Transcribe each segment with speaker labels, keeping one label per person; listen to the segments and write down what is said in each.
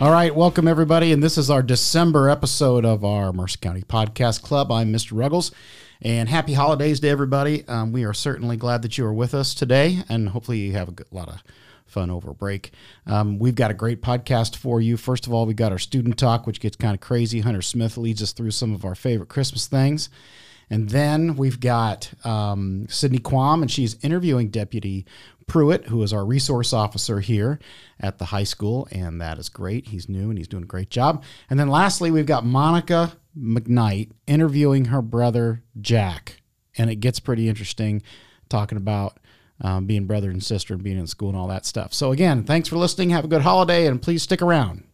Speaker 1: All right, welcome everybody, and this is our December episode of our Mercer County Podcast Club. I'm Mr. Ruggles, and happy holidays to everybody. Um, we are certainly glad that you are with us today, and hopefully you have a good, lot of fun over break. Um, we've got a great podcast for you. First of all, we got our student talk, which gets kind of crazy. Hunter Smith leads us through some of our favorite Christmas things. And then we've got um, Sydney Quam, and she's interviewing Deputy Pruitt, who is our resource officer here at the high school. And that is great. He's new and he's doing a great job. And then lastly, we've got Monica McKnight interviewing her brother, Jack. And it gets pretty interesting talking about um, being brother and sister and being in school and all that stuff. So, again, thanks for listening. Have a good holiday and please stick around.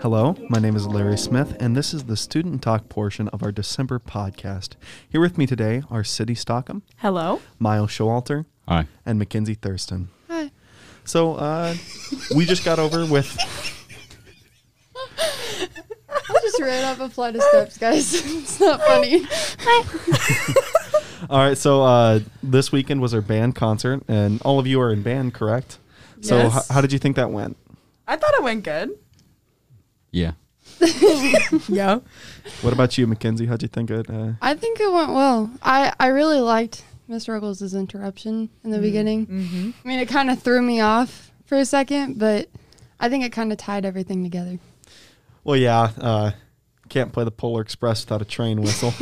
Speaker 2: Hello, my name is Larry Smith, and this is the student talk portion of our December podcast. Here with me today are City Stockham,
Speaker 3: Hello.
Speaker 2: Miles Showalter,
Speaker 4: Hi.
Speaker 2: and Mackenzie Thurston.
Speaker 3: Hi.
Speaker 2: So, uh, we just got over with.
Speaker 5: I just ran up a flight of steps, guys. it's not funny.
Speaker 2: All right, so uh, this weekend was our band concert, and all of you are in band, correct? So,
Speaker 3: Yes.
Speaker 2: h- how did you think that went?
Speaker 3: I thought it went good.
Speaker 4: Yeah.
Speaker 3: Yeah.
Speaker 2: What about you, Mackenzie? How'd you think it? Uh,
Speaker 5: I think it went well. I, I really liked Miss Ruggles' interruption in the beginning. Mm-hmm. I mean, it kind of threw me off for a second, but I think it kind of tied everything together.
Speaker 2: well, yeah, uh, can't play the Polar Express without a train whistle.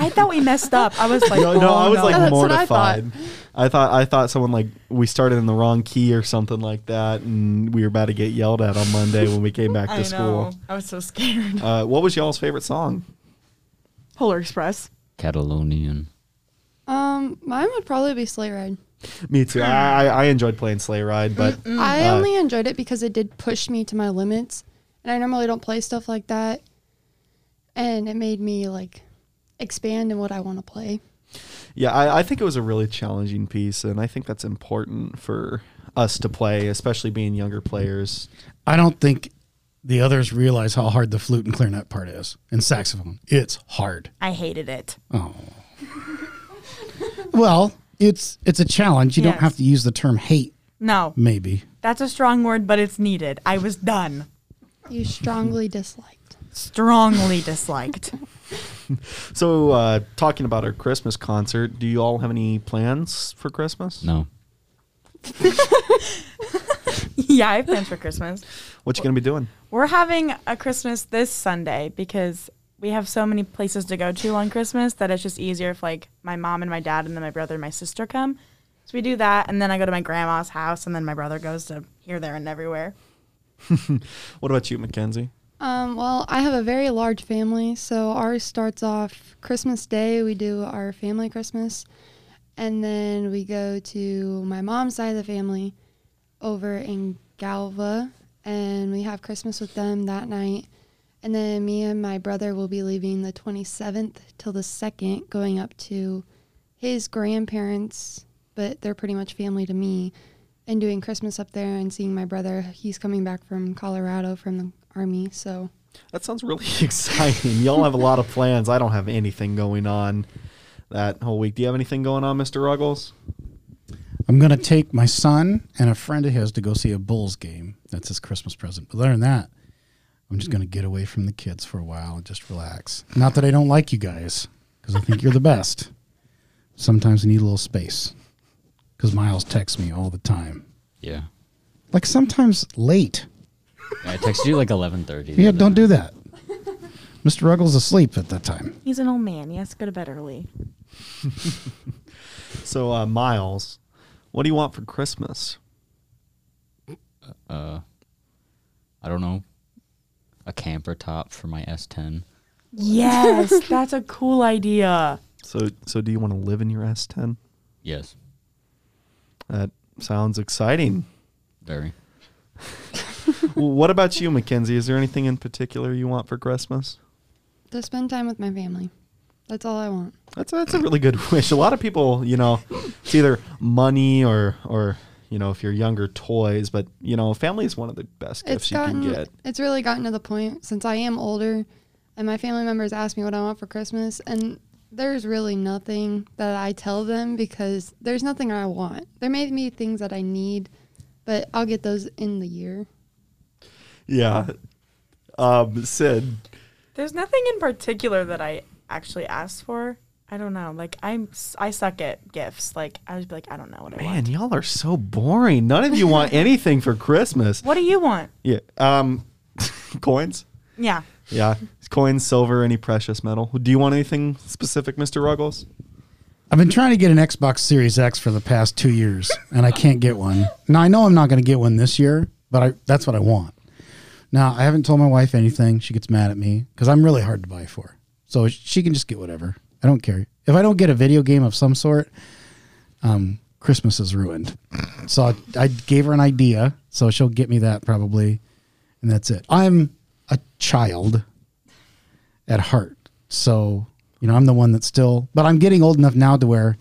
Speaker 3: I thought we messed up. I was like,
Speaker 2: no, no,
Speaker 3: oh,
Speaker 2: I was like
Speaker 5: no. That's what I thought.
Speaker 2: mortified. I thought I thought someone like we started in the wrong key or something like that, and we were about to get yelled at on Monday when we came back to
Speaker 3: I know.
Speaker 2: school.
Speaker 3: I was so scared.
Speaker 2: Uh, what was y'all's favorite song?
Speaker 3: Polar Express.
Speaker 4: Catalonian.
Speaker 5: Um, mine would probably be Sleigh Ride.
Speaker 2: Me too. I, I I enjoyed playing Sleigh Ride, but
Speaker 5: I
Speaker 2: Uh,
Speaker 5: only enjoyed it because it did push me to my limits, and I normally don't play stuff like that. And it made me like expand in what I want to play.
Speaker 2: yeah, I, I think it was a really challenging piece, and I think that's important for us to play, especially being younger players.
Speaker 1: I don't think the others realize how hard the flute and clarinet part is and saxophone. It's hard.
Speaker 3: I hated it.
Speaker 1: Oh. well, it's it's a challenge. You don't
Speaker 3: Yes.
Speaker 1: have to use the term hate,
Speaker 3: No,
Speaker 1: maybe.
Speaker 3: that's a strong word, but it's needed. I was done.
Speaker 5: You strongly disliked.
Speaker 3: Strongly disliked.
Speaker 2: So, uh, talking about our Christmas concert, do you all have any plans for Christmas?
Speaker 4: No.
Speaker 3: yeah, I have plans for Christmas.
Speaker 2: What you gonna be doing?
Speaker 3: We're having a Christmas this Sunday because we have so many places to go to on Christmas that it's just easier if like my mom and my dad and then my brother and my sister come. So we do that and then I go to my grandma's house and then my brother goes to here, there, and everywhere.
Speaker 2: What about you, Mackenzie?
Speaker 5: Um, well, I have a very large family, so ours starts off Christmas Day. We do our family Christmas, and then we go to my mom's side of the family over in Galva, and we have Christmas with them that night. And then me and my brother will be leaving the 27th till the 2nd, going up to his grandparents, but they're pretty much family to me, and doing Christmas up there and seeing my brother. He's coming back from Colorado from the army, so.
Speaker 2: That sounds really exciting. Y'all have a lot of plans. I don't have anything going on that whole week. Do you have anything going on, Mr. Ruggles?
Speaker 1: I'm going to take my son and a friend of his to go see a Bulls game. That's his Christmas present. But other than that, I'm just going to get away from the kids for a while and just relax. Not that I don't like you guys, because I think you're the best. Sometimes I need a little space, because Miles texts me all the time.
Speaker 4: Yeah.
Speaker 1: Like sometimes late.
Speaker 4: I texted you like 11:30. the
Speaker 1: Yeah,
Speaker 4: other
Speaker 1: don't
Speaker 4: night.
Speaker 1: do that. Mr. Ruggles asleep at that time.
Speaker 3: He's an old man. He has to go to bed early.
Speaker 2: So, uh, Miles, what do you want for Christmas?
Speaker 4: Uh, I don't know. A camper top for my S10.
Speaker 3: Yes, that's a cool idea.
Speaker 2: So, so do you want to live in your S10?
Speaker 4: Yes.
Speaker 2: That sounds exciting.
Speaker 4: Very.
Speaker 2: Well, what about you, Mackenzie? Is there anything in particular you want for Christmas?
Speaker 5: to spend time with my family. That's all I want.
Speaker 2: That's that's a really good wish. A lot of people, you know, it's either money or or you know, if you're younger, toys. But you know, family is one of the best
Speaker 5: It's
Speaker 2: gifts
Speaker 5: gotten
Speaker 2: you can get.
Speaker 5: it's really gotten to the point since I am older and my family members ask me what I want for Christmas and there's really nothing that I tell them because there's nothing I want. There may be things that I need, but I'll get those in the year.
Speaker 2: Yeah. Um, Sid,
Speaker 3: There's nothing in particular that I actually asked for. I don't know. Like I'm, s- I suck at gifts. Like I would be like, I don't know what I
Speaker 2: man,
Speaker 3: want.
Speaker 2: y'all are so boring. None of you want anything for Christmas.
Speaker 3: What do you want?
Speaker 2: Yeah. Um, coins.
Speaker 3: Yeah.
Speaker 2: Yeah, coins, silver, any precious metal. Do you want anything specific, Mr. Ruggles?
Speaker 1: I've been trying to get an Xbox Series X for the past two years, and I can't get one. Now I know I'm not going to get one this year, but I, that's what I want. Now I haven't told my wife anything. She gets mad at me because I'm really hard to buy for. So she can just get whatever. I don't care if I don't get a video game of some sort. Um, Christmas is ruined. So I, I gave her an idea, so she'll get me that probably, and that's it. I'm a child at heart. So, you know, I'm the one that's still, but I'm getting old enough now to where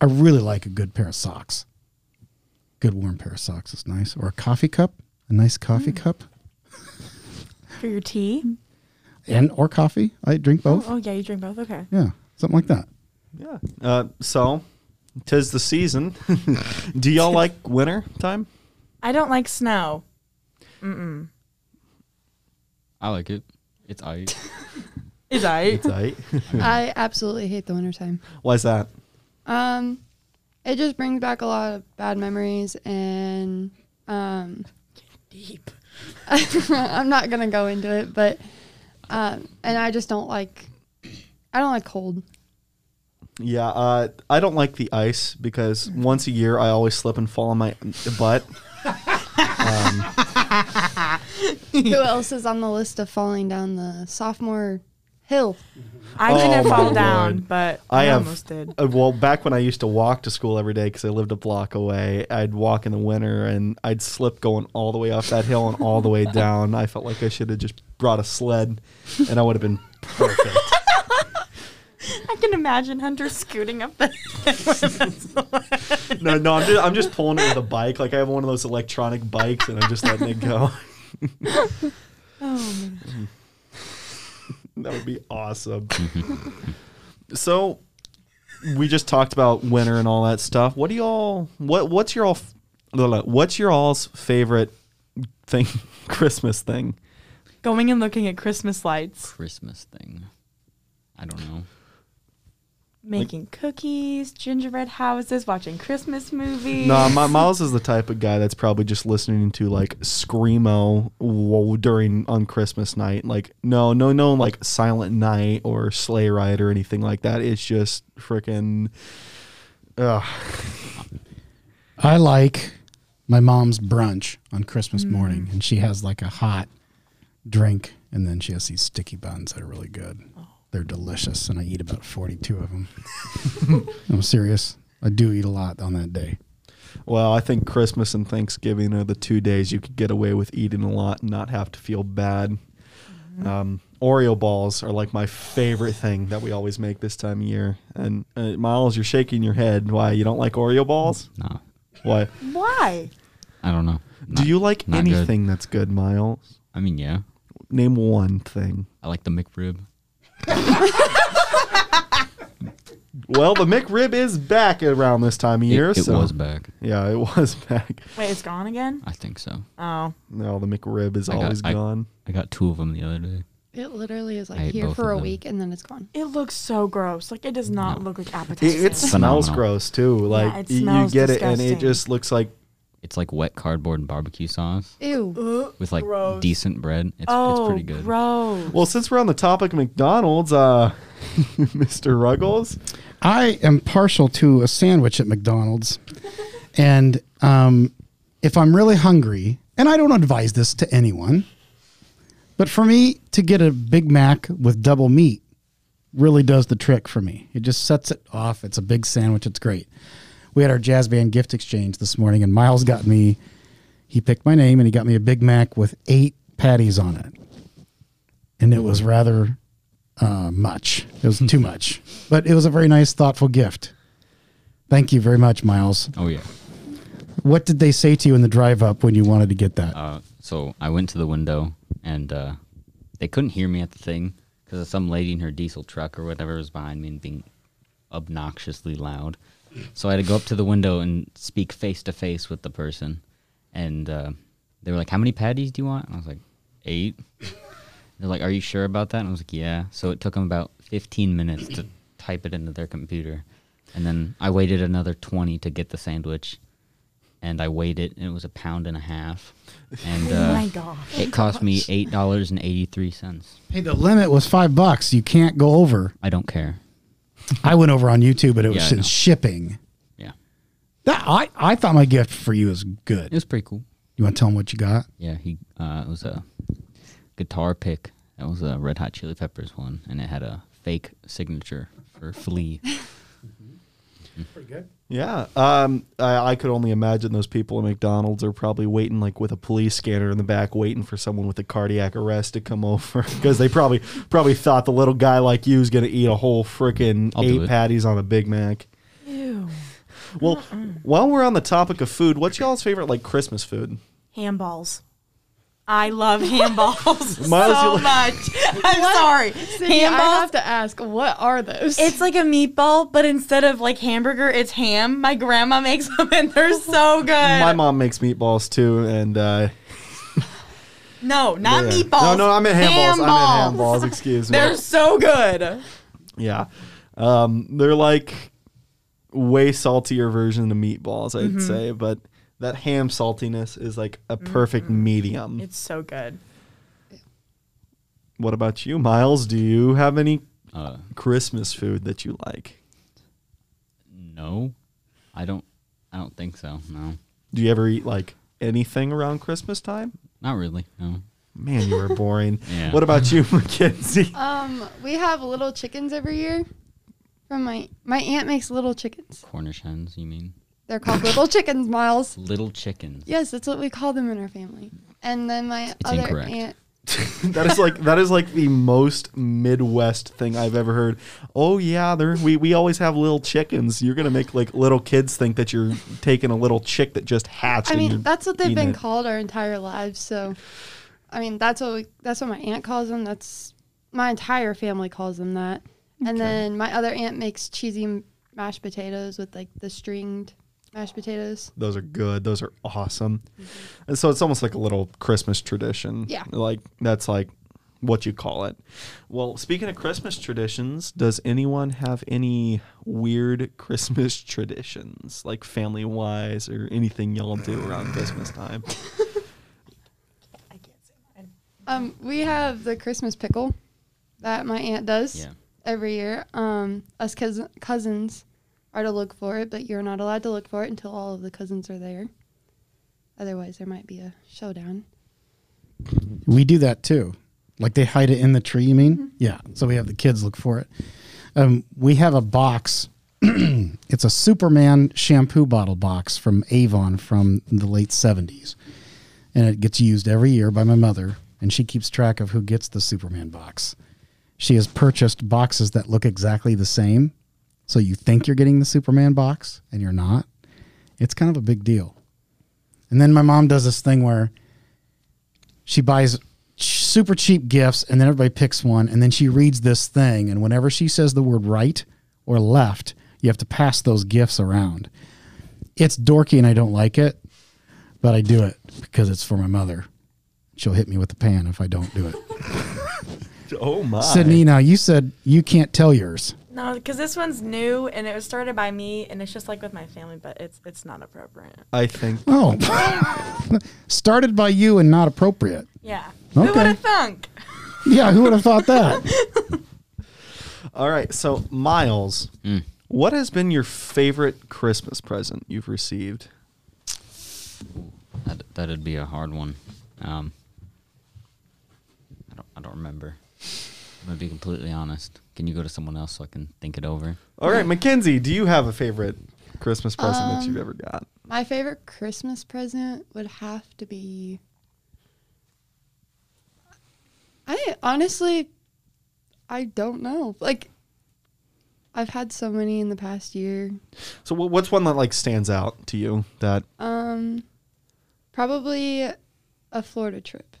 Speaker 1: I really like a good pair of socks. Good warm pair of socks is nice. Or a coffee cup, a nice
Speaker 3: Mm.
Speaker 1: coffee cup,
Speaker 3: For your tea?
Speaker 1: and or coffee. I drink both.
Speaker 3: Oh, oh, yeah, you drink both. Okay.
Speaker 1: Yeah, something like that.
Speaker 2: Yeah. Uh, so, tis the season. Do y'all like winter time?
Speaker 3: I don't like snow.
Speaker 4: I like it. It's ice.
Speaker 3: Is I?
Speaker 2: It's aight.
Speaker 5: I absolutely hate the wintertime.
Speaker 2: Why's that?
Speaker 5: Um, it just brings back a lot of bad memories, and um,
Speaker 3: Deep.
Speaker 5: I'm not gonna go into it, but um, and I just don't like, I don't like cold.
Speaker 2: Yeah, uh, I don't like the ice because once a year I always slip and fall on my butt. Um,
Speaker 5: Who else is on the list of falling down the sophomore hill?
Speaker 3: I
Speaker 2: Oh,
Speaker 3: didn't
Speaker 2: my
Speaker 3: fall
Speaker 2: Lord.
Speaker 3: down, but
Speaker 2: I
Speaker 3: I,
Speaker 2: have-
Speaker 3: almost did.
Speaker 2: Uh, well, back when I used to walk to school every day because I lived a block away, I'd walk in the winter and I'd slip going all the way off that hill and all the way down. I felt like I should have just brought a sled and I would have been perfect.
Speaker 3: I can imagine Hunter scooting up the.
Speaker 2: No, no, I'm just, I'm just pulling it with a bike. Like I have one of those electronic bikes, and I'm just letting it go.
Speaker 3: Oh, man.
Speaker 2: that would be awesome. so, we just talked about winter and all that stuff. What do y'all? What what's your all? f- blah, blah, What's your all's favorite thing? Christmas thing?
Speaker 3: Going and looking at Christmas lights,
Speaker 4: Christmas thing. I don't know.
Speaker 3: making cookies, gingerbread houses, watching Christmas movies.
Speaker 2: No, my, Miles is the type of guy that's probably just listening to like screamo wo- during on Christmas night. Like no, no, no, like Silent Night or Sleigh Ride or anything like that. It's just freaking. Ugh.
Speaker 1: I like my mom's brunch on
Speaker 3: Mm.
Speaker 1: Christmas morning, and she has like a hot drink, and then she has these sticky buns that are really good.
Speaker 3: Oh.
Speaker 1: They're delicious, and I eat about 42 of them. I'm serious. I do eat a lot on that day.
Speaker 2: Well, I think Christmas and Thanksgiving are the two days you could get away with eating a lot and not have to feel bad. Um, Oreo balls are like my favorite thing that we always make this time of year. And uh, Miles, you're shaking your head. Why you don't like Oreo balls?
Speaker 4: Nah.
Speaker 2: Why?
Speaker 3: Why?
Speaker 4: I don't know.
Speaker 2: Do you like
Speaker 4: not good.
Speaker 2: anything that's good, Miles?
Speaker 4: I mean, yeah.
Speaker 2: Name one thing.
Speaker 4: I like the McRib.
Speaker 2: Well, the McRib is back around this time of year.
Speaker 4: it, it
Speaker 2: so.
Speaker 4: was back.
Speaker 2: Yeah, it was back.
Speaker 3: Wait, it's gone again?
Speaker 4: I think so.
Speaker 3: Oh.
Speaker 2: No, the McRib is
Speaker 4: I got-
Speaker 2: always
Speaker 4: I-
Speaker 2: gone.
Speaker 4: I got two of them the other day.
Speaker 5: It literally is like
Speaker 4: I hate
Speaker 5: here
Speaker 4: both of
Speaker 5: for a
Speaker 4: them.
Speaker 5: week and then it's gone.
Speaker 3: It looks so gross. Like it does not look like
Speaker 2: It,
Speaker 3: appetizing.
Speaker 2: it smells
Speaker 4: Phenomenal.
Speaker 2: gross too. Like
Speaker 3: it
Speaker 2: y- you
Speaker 3: smells
Speaker 2: get it, and
Speaker 3: disgusting.
Speaker 2: it just looks like
Speaker 4: It's like wet cardboard and barbecue sauce
Speaker 5: Ew.
Speaker 3: Ugh,
Speaker 4: with like
Speaker 3: gross.
Speaker 4: decent bread. It's,
Speaker 3: Oh,
Speaker 4: it's pretty good.
Speaker 3: gross.
Speaker 2: Well, since we're on the topic of McDonald's, uh, Mr. Ruggles,
Speaker 1: I am partial to a sandwich at McDonald's, and um, if I'm really hungry, and I don't advise this to anyone, but for me to get a Big Mac with double meat really does the trick for me. It just sets it off. It's a big sandwich. It's great. We had our jazz band gift exchange this morning, and Miles got me. He picked my name, and he got me a Big Mac with eight patties on it, and it was rather uh, much. It was too much, but it was a very nice, thoughtful gift. Thank you very much, Miles.
Speaker 4: Oh yeah.
Speaker 1: What did they say to you in the drive up when you wanted to get that?
Speaker 4: Uh, so I went to the window and uh, they couldn't hear me at the thing because some lady in her diesel truck or whatever was behind me and being obnoxiously loud. So I had to go up to the window and speak face to face with the person. And uh, they were like, How many patties do you want? And I was like, Eight. They're like, Are you sure about that? And I was like, Yeah. So it took them about 15 minutes to type it into their computer. And then I waited another 20 to get the sandwich. And I weighed it, and it was a pound and a half. And uh,
Speaker 3: oh my god.
Speaker 4: it cost me eight dollars and eighty three cents.
Speaker 1: Hey, the limit was five bucks. You can't go over.
Speaker 4: I don't care.
Speaker 1: I went over on YouTube, but it
Speaker 4: Yeah, I
Speaker 1: was
Speaker 4: know.
Speaker 1: in shipping.
Speaker 4: Yeah,
Speaker 1: That I, I thought my gift for you was good.
Speaker 4: it was pretty cool.
Speaker 1: You want to tell them what you got?
Speaker 4: Yeah, he uh, it was a guitar pick. That was a Red Hot Chili Peppers one, and it had a fake signature for Flea.
Speaker 2: Yeah, um, I, I could only imagine those people at McDonald's are probably waiting, like with a police scanner in the back, waiting for someone with a cardiac arrest to come over because they probably probably thought the little guy like you was gonna eat a whole freaking
Speaker 4: I'll do
Speaker 2: eight
Speaker 4: it.
Speaker 2: patties on a Big Mac.
Speaker 3: Ew.
Speaker 2: Well, while we're on the topic of food, what's y'all's favorite like Christmas food?
Speaker 3: Handballs. I love handballs so
Speaker 2: Miles, you like-
Speaker 3: much. I'm sorry.
Speaker 5: Cindy, I
Speaker 3: Handballs.
Speaker 5: have to ask, what are those?
Speaker 3: It's like a meatball, but instead of like hamburger, it's ham. My grandma makes them, and they're so good.
Speaker 2: My mom makes meatballs too, and uh,
Speaker 3: no, not
Speaker 2: yeah.
Speaker 3: meatballs.
Speaker 2: No, no, I'm at handballs.
Speaker 3: Handballs.
Speaker 2: I'm at handballs. Excuse me.
Speaker 3: They're so good.
Speaker 2: Yeah. Um, they're like way saltier version of meatballs,
Speaker 5: Mm-hmm.
Speaker 2: I'd say, but that ham saltiness is like a perfect medium.
Speaker 3: Mm-hmm. It's so good.
Speaker 2: what about you, Miles? Do you have any
Speaker 4: Uh,
Speaker 2: Christmas food that you like?
Speaker 4: no, I don't. I don't think so. No,
Speaker 2: Do you ever eat like anything around Christmas time?
Speaker 4: not really. No.
Speaker 2: Man, you were boring.
Speaker 4: Yeah.
Speaker 2: What about you, Mackenzie?
Speaker 5: um, we have little chickens every year. From my my aunt makes little chickens.
Speaker 4: Cornish hens, you mean?
Speaker 5: They're called little chickens, Miles.
Speaker 4: Little chickens.
Speaker 5: Yes, that's what we call them in our family. And then my other
Speaker 4: incorrect.
Speaker 5: aunt.
Speaker 2: that is like that is like the most Midwest thing I've ever heard. Oh yeah, there we, we always have little chickens. You're gonna make like little kids think that you're taking a little chick that just hatched.
Speaker 5: I
Speaker 2: and
Speaker 5: mean,
Speaker 2: you're
Speaker 5: that's what they've
Speaker 2: eating
Speaker 5: been
Speaker 2: it.
Speaker 5: called our entire lives. So, I mean, that's what we, that's what my aunt calls them. That's my entire family calls them that. And then my other aunt makes cheesy m- mashed potatoes with like the stringed mashed potatoes.
Speaker 2: Those are good. Those are awesome. And so it's almost like a little Christmas tradition.
Speaker 5: Yeah.
Speaker 2: Like that's like what you call it. Well, speaking of Christmas traditions, does anyone have any weird Christmas traditions, like family wise or anything y'all do around Christmas time?
Speaker 3: I can't say mine.
Speaker 5: Um, we have the Christmas pickle that my aunt does
Speaker 4: Yeah.
Speaker 5: every year. Um, us cous- cousins are to look for it, but you're not allowed to look for it until all of the cousins are there. Otherwise, there might be a showdown.
Speaker 1: We do that too. Like they hide it in the tree, you mean? Yeah. So we have the kids look for it. Um, we have a box. it's a Superman shampoo bottle box from Avon from the late 70s. And it gets used every year by my mother, and she keeps track of who gets the Superman box. She has purchased boxes that look exactly the same. So you think you're getting the Superman box and you're not. It's kind of a big deal. And then my mom does this thing where she buys ch- super cheap gifts and then everybody picks one and then she reads this thing and whenever she says the word right or left you have to pass those gifts around it's dorky and i don't like it but i do it because it's for my mother she'll hit me with the pan if i don't do it
Speaker 2: Oh my.
Speaker 1: sydney now you said you can't tell yours
Speaker 3: No, because this one's new and it was started by me, and it's just like with my family, but it's it's not appropriate.
Speaker 2: I think
Speaker 1: oh started by you and not appropriate
Speaker 3: Yeah. Who
Speaker 1: Okay.
Speaker 3: would have thunk?
Speaker 1: yeah who would have thought that
Speaker 2: All right, so Miles, what has been your favorite Christmas present you've received?
Speaker 4: That that'd be a hard one. Um, I don't. I don't remember. I'm gonna be completely honest. Can you go to someone else so I can think it over?
Speaker 2: All right, Mackenzie, do you have a favorite Christmas present that
Speaker 5: Um,
Speaker 2: you've ever got?
Speaker 5: My favorite Christmas present would have to be. I honestly, I don't know. Like, I've had so many in the past year.
Speaker 2: So, wh- what's one that like stands out to you that
Speaker 5: Um, probably a Florida trip.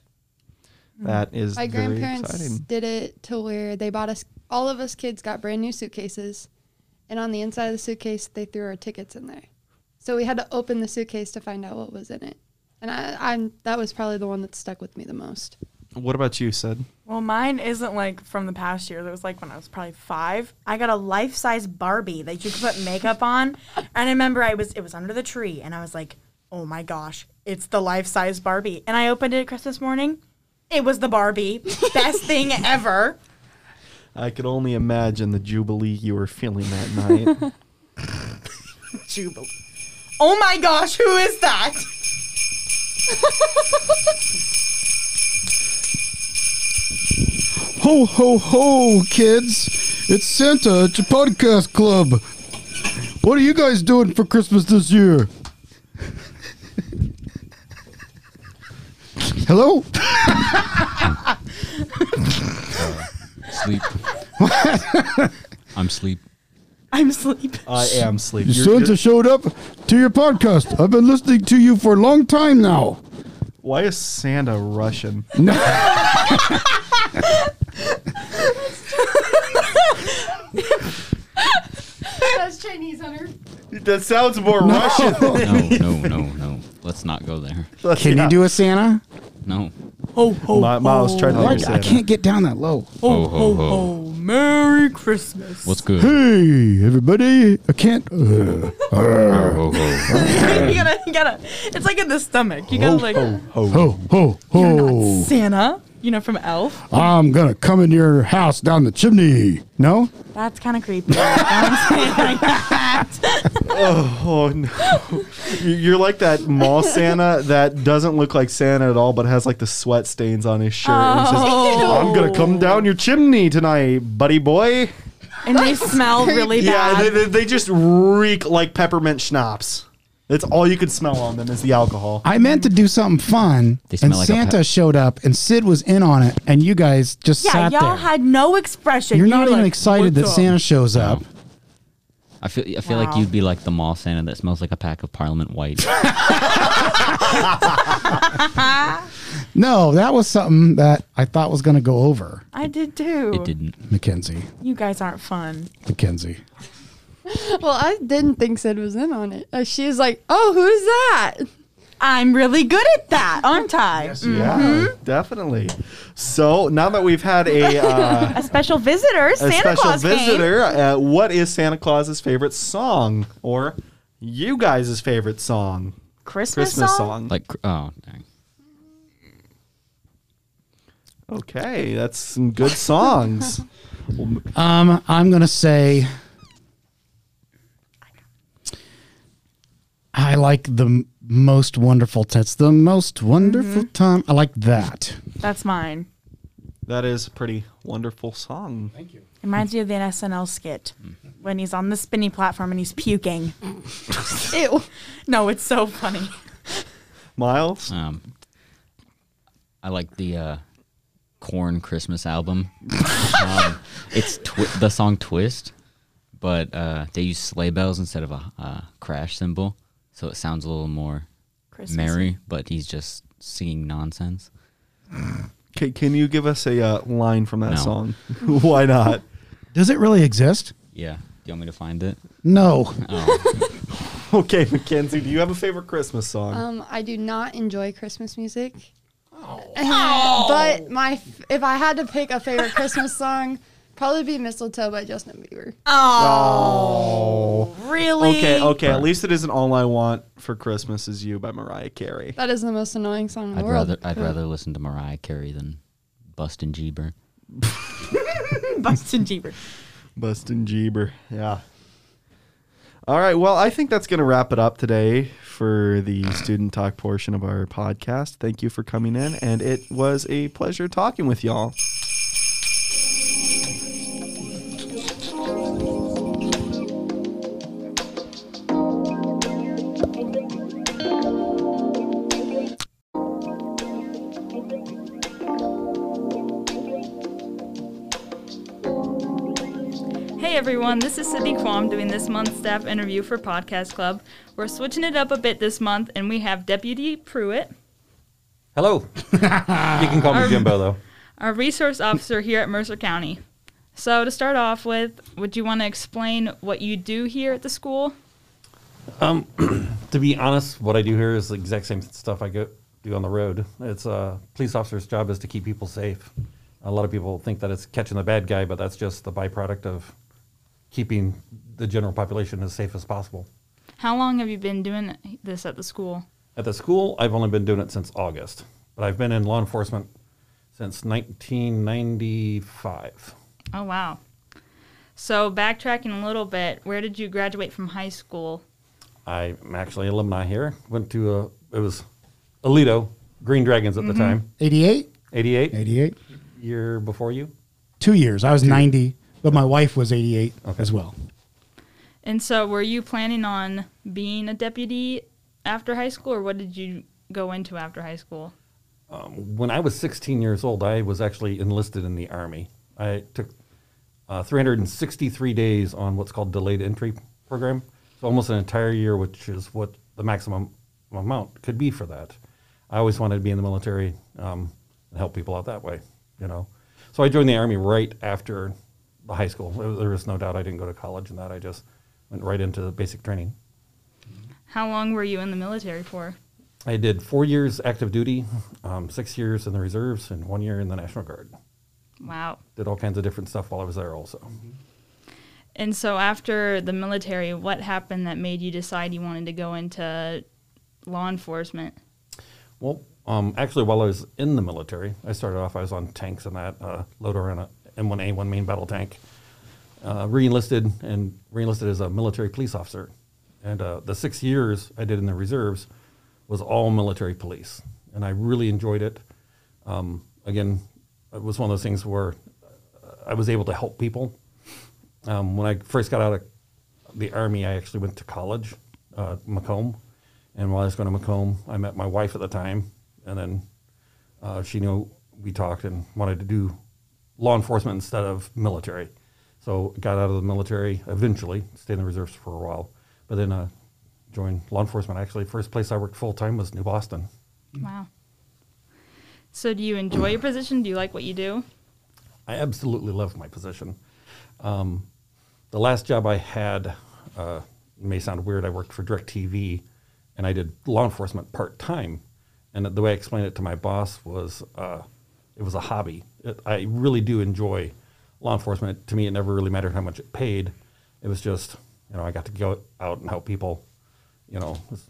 Speaker 2: Mm. That is
Speaker 5: My
Speaker 2: very
Speaker 5: grandparents
Speaker 2: exciting.
Speaker 5: did it to where they bought us all of us kids got brand new suitcases, and on the inside of the suitcase they threw our tickets in there. So we had to open the suitcase to find out what was in it, and I, I'm that was probably the one that stuck with me the most.
Speaker 2: What about you, Sid?
Speaker 3: Well, mine isn't like from the past year. That was like when I was probably five. I got a life size Barbie that you could put makeup on, and I remember I was it was under the tree, and I was like, "Oh my gosh, it's the life size Barbie!" And I opened it Christmas morning. It was the Barbie, best thing ever.
Speaker 2: I could only imagine the jubilee you were feeling that night.
Speaker 3: Jubilee. Oh my gosh, who is that?
Speaker 1: Ho, ho, ho, kids. It's Santa at your podcast club. What are you guys doing for Christmas this year? Hello?
Speaker 4: Sleep. Uh, I'm sleep.
Speaker 3: I'm asleep.
Speaker 2: I am sleepy. You're-
Speaker 1: Santa
Speaker 2: you're-
Speaker 1: showed up to your podcast. I've been listening to you for a long time now.
Speaker 2: why is Santa Russian?
Speaker 5: That's Chinese Hunter.
Speaker 2: That sounds more Russian.
Speaker 4: No, no, no, no. Let's not go there.
Speaker 1: Can you do a Santa?
Speaker 4: No.
Speaker 3: Ho ho.
Speaker 2: My, Miles tried to
Speaker 1: Why-
Speaker 2: do
Speaker 1: I
Speaker 2: Santa.
Speaker 1: can't get down that low.
Speaker 4: Ho, ho, ho.
Speaker 3: Oh, Merry Christmas.
Speaker 4: What's good?
Speaker 1: Hey, everybody. I can't. Uh,
Speaker 4: Ho, ho, ho.
Speaker 3: you gotta, you gotta. It's like in the stomach. You gotta like.
Speaker 1: ho, ho,
Speaker 3: oh.
Speaker 1: ho.
Speaker 3: Santa, you know, from Elf.
Speaker 1: I'm going to come in your house down the chimney. No?
Speaker 3: That's kind of creepy. That's
Speaker 2: Oh no! You- You're like that mall Santa that doesn't look like Santa at all, but has like the sweat stains on his shirt. and says,
Speaker 3: Oh.
Speaker 2: I'm gonna come down your chimney tonight, buddy boy.
Speaker 3: and they smell really
Speaker 2: Yeah,
Speaker 3: bad.
Speaker 2: they, they, they just reek like peppermint schnapps. That's all you can smell on them is the alcohol.
Speaker 1: I meant to do something fun,
Speaker 4: They
Speaker 1: and
Speaker 4: smell like a
Speaker 1: Santa
Speaker 4: pet.
Speaker 1: showed up, and Sid was in on it, and you guys just
Speaker 3: yeah,
Speaker 1: sat
Speaker 3: y'all
Speaker 1: there.
Speaker 3: had no expression.
Speaker 1: You're
Speaker 3: You
Speaker 1: not
Speaker 3: were
Speaker 1: even
Speaker 3: like,
Speaker 1: excited that
Speaker 3: "What's up?"
Speaker 1: Santa shows up.
Speaker 4: I feel I feel like
Speaker 3: Wow.
Speaker 4: you'd be like the mall Santa that smells like a pack of Parliament White.
Speaker 1: No, that was something that I thought was going to go over,
Speaker 3: I did too.
Speaker 4: It didn't.
Speaker 1: Mackenzie.
Speaker 3: You guys aren't fun.
Speaker 1: Mackenzie.
Speaker 5: Well, I didn't think Sid was in on it. Uh, She was like, "Oh, who's that?"
Speaker 3: I'm really good at that, aren't I? Mm.
Speaker 2: Yeah, definitely. So now that we've had a, uh,
Speaker 3: A special visitor,
Speaker 2: a
Speaker 3: Santa
Speaker 2: special
Speaker 3: Claus came.
Speaker 2: visitor, uh, what is Santa Claus's favorite song, or you guys' favorite song?
Speaker 3: Christmas,
Speaker 2: Christmas
Speaker 3: song.
Speaker 2: song.
Speaker 4: Like oh dang.
Speaker 2: Okay, that's some good songs.
Speaker 1: Um, I'm going to say I like the m- most wonderful time. It's the most wonderful time. I like that.
Speaker 3: That's mine.
Speaker 2: that is a pretty wonderful song. Thank you.
Speaker 3: Reminds me of the SNL skit when he's on the spinny platform and he's puking.
Speaker 5: Ew.
Speaker 3: No, it's so funny.
Speaker 2: Miles,
Speaker 4: Um, I like the uh, Corn Christmas album. um, it's twi- the song Twist, but uh, they use sleigh bells instead of a uh, crash cymbal, so it sounds a little more
Speaker 3: Christmas.
Speaker 4: merry. But he's just singing nonsense.
Speaker 2: ca- can you give us a uh, line from that
Speaker 4: No.
Speaker 2: song? Why not?
Speaker 1: Does it really exist?
Speaker 4: Yeah. Do you want me to find it?
Speaker 1: No.
Speaker 2: Oh. Okay, Mackenzie, do you have a favorite Christmas song?
Speaker 5: Um, I do not enjoy Christmas music. Oh. but my, f- if I had to pick a favorite Christmas song, probably be "Mistletoe" by Justin Bieber.
Speaker 3: Oh, really?
Speaker 2: okay, okay. At least it isn't all I want for Christmas is you by Mariah Carey.
Speaker 5: That is the most annoying song in the
Speaker 4: I'd
Speaker 5: world.
Speaker 4: rather I'd rather listen to Mariah Carey than Bustin' Jeeber.
Speaker 3: Bustin' Jeeber.
Speaker 2: Bustin' Jeeber. Yeah. All right. Well, I think that's going to wrap it up today for the student talk portion of our podcast. Thank you for coming in, and it was a pleasure talking with y'all.
Speaker 3: Hey, everybody.
Speaker 6: everyone. This is Sydney Quam doing this month's staff interview for Podcast Club. We're switching it up a bit this month, and we have Deputy Pruitt,
Speaker 7: Hello. you can call me Jimbo though.
Speaker 6: our resource officer here at Mercer County. So, to start off with, would you want to explain what you do here at the school?
Speaker 2: Um,
Speaker 7: To be honest, what I do here is the exact same stuff I go do on the road. It's a police officer's job is to keep people safe. A lot of people think that it's catching the bad guy, but that's just the byproduct of keeping the general population as safe as possible.
Speaker 6: How long have you been doing this at the school?
Speaker 7: At the school, I've only been doing it since August, but I've been in law enforcement since 1995.
Speaker 6: Oh, wow. So, backtracking a little bit, where did you graduate from high school?
Speaker 7: I'm actually alumni here. Went to a, it was Alito Green Dragons at the time,
Speaker 1: 88?
Speaker 7: 88,
Speaker 1: 88.
Speaker 7: year before you.
Speaker 1: Two years. I was 90, but my wife was 88 as well.
Speaker 6: And so, were you planning on being a deputy after high school, or what did you go into after high school?
Speaker 7: Um, When I was 16 years old, I was actually enlisted in the army. I took uh, 363 days on what's called delayed entry program, so almost an entire year, which is what the maximum amount could be for that. I always wanted to be in the military um, and help people out that way, you know. So I joined the army right after the high school. There there is no doubt I didn't go to college and that I just went right into basic training.
Speaker 6: How long were you in the military for?
Speaker 7: I did four years active duty, um, six years in the reserves, and one year in the National Guard.
Speaker 6: Wow.
Speaker 7: Did all kinds of different stuff while I was there, also.
Speaker 6: And so, after the military, what happened that made you decide you wanted to go into law enforcement?
Speaker 7: Well, um, actually, while I was in the military, I started off, I was on tanks and that, uh, loader and a M1A1 main battle tank. Uh, re enlisted and re enlisted as a military police officer. And uh, the six years I did in the reserves was all military police. And I really enjoyed it. Um, again, it was one of those things where I was able to help people. Um, when I first got out of the army, I actually went to college, uh, Macomb. And while I was going to Macomb, I met my wife at the time. And then uh, she knew we talked and wanted to do law enforcement instead of military. So got out of the military eventually, stayed in the reserves for a while. But then uh, joined law enforcement. Actually, first place I worked full time was New Boston.
Speaker 6: Wow. So, do you enjoy your position? Do you like what you do?
Speaker 7: I absolutely love my position. Um, the last job I had uh, it may sound weird. I worked for DirecTV, and I did law enforcement part time. And the way I explained it to my boss was, uh, it was a hobby. It, I really do enjoy law enforcement. To me, it never really mattered how much it paid. It was just, you know, I got to go out and help people. You know, it was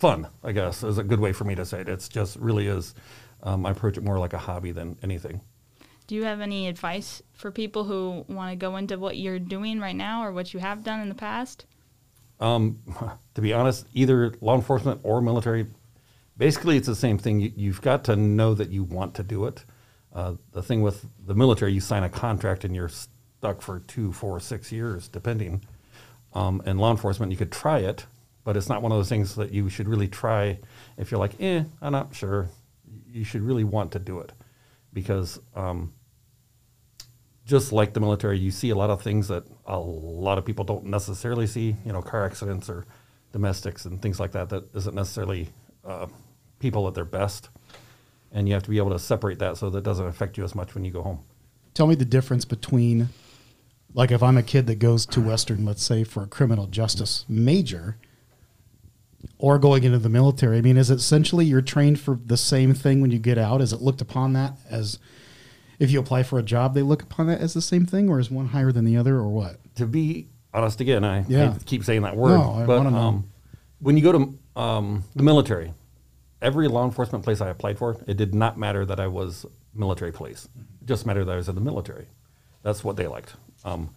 Speaker 7: fun, I guess, is a good way for me to say it. It's just really is. Um, I approach it more like a hobby than anything.
Speaker 6: Do you have any advice for people who want to go into what you're doing right now or what you have done in the past?
Speaker 7: Um, to be honest, either law enforcement or military, basically it's the same thing. You, you've got to know that you want to do it. Uh, the thing with the military, you sign a contract and you're stuck for two, four, six years, depending. Um, in law enforcement, you could try it, but it's not one of those things that you should really try if you're like, eh, I'm not sure. You should really want to do it because um, just like the military, you see a lot of things that a lot of people don't necessarily see. You know, car accidents or domestics and things like that. That isn't necessarily uh, people at their best, and you have to be able to separate that so that doesn't affect you as much when you go home.
Speaker 1: Tell me the difference between, like, if I'm a kid that goes to Western, let's say, for a criminal justice major, or going into the military. I mean, is it essentially you're trained for the same thing when you get out? Is it looked upon that as if you apply for a job, they look upon that as the same thing, or is one higher than the other, or what?
Speaker 7: To be honest, again, I,
Speaker 1: Yeah.
Speaker 7: I keep saying that word,
Speaker 1: No, I
Speaker 7: but
Speaker 1: wanna know.
Speaker 7: um, when you go to um, the military, every law enforcement place I applied for, it did not matter that I was military police. It just mattered that I was in the military. That's what they liked. Um,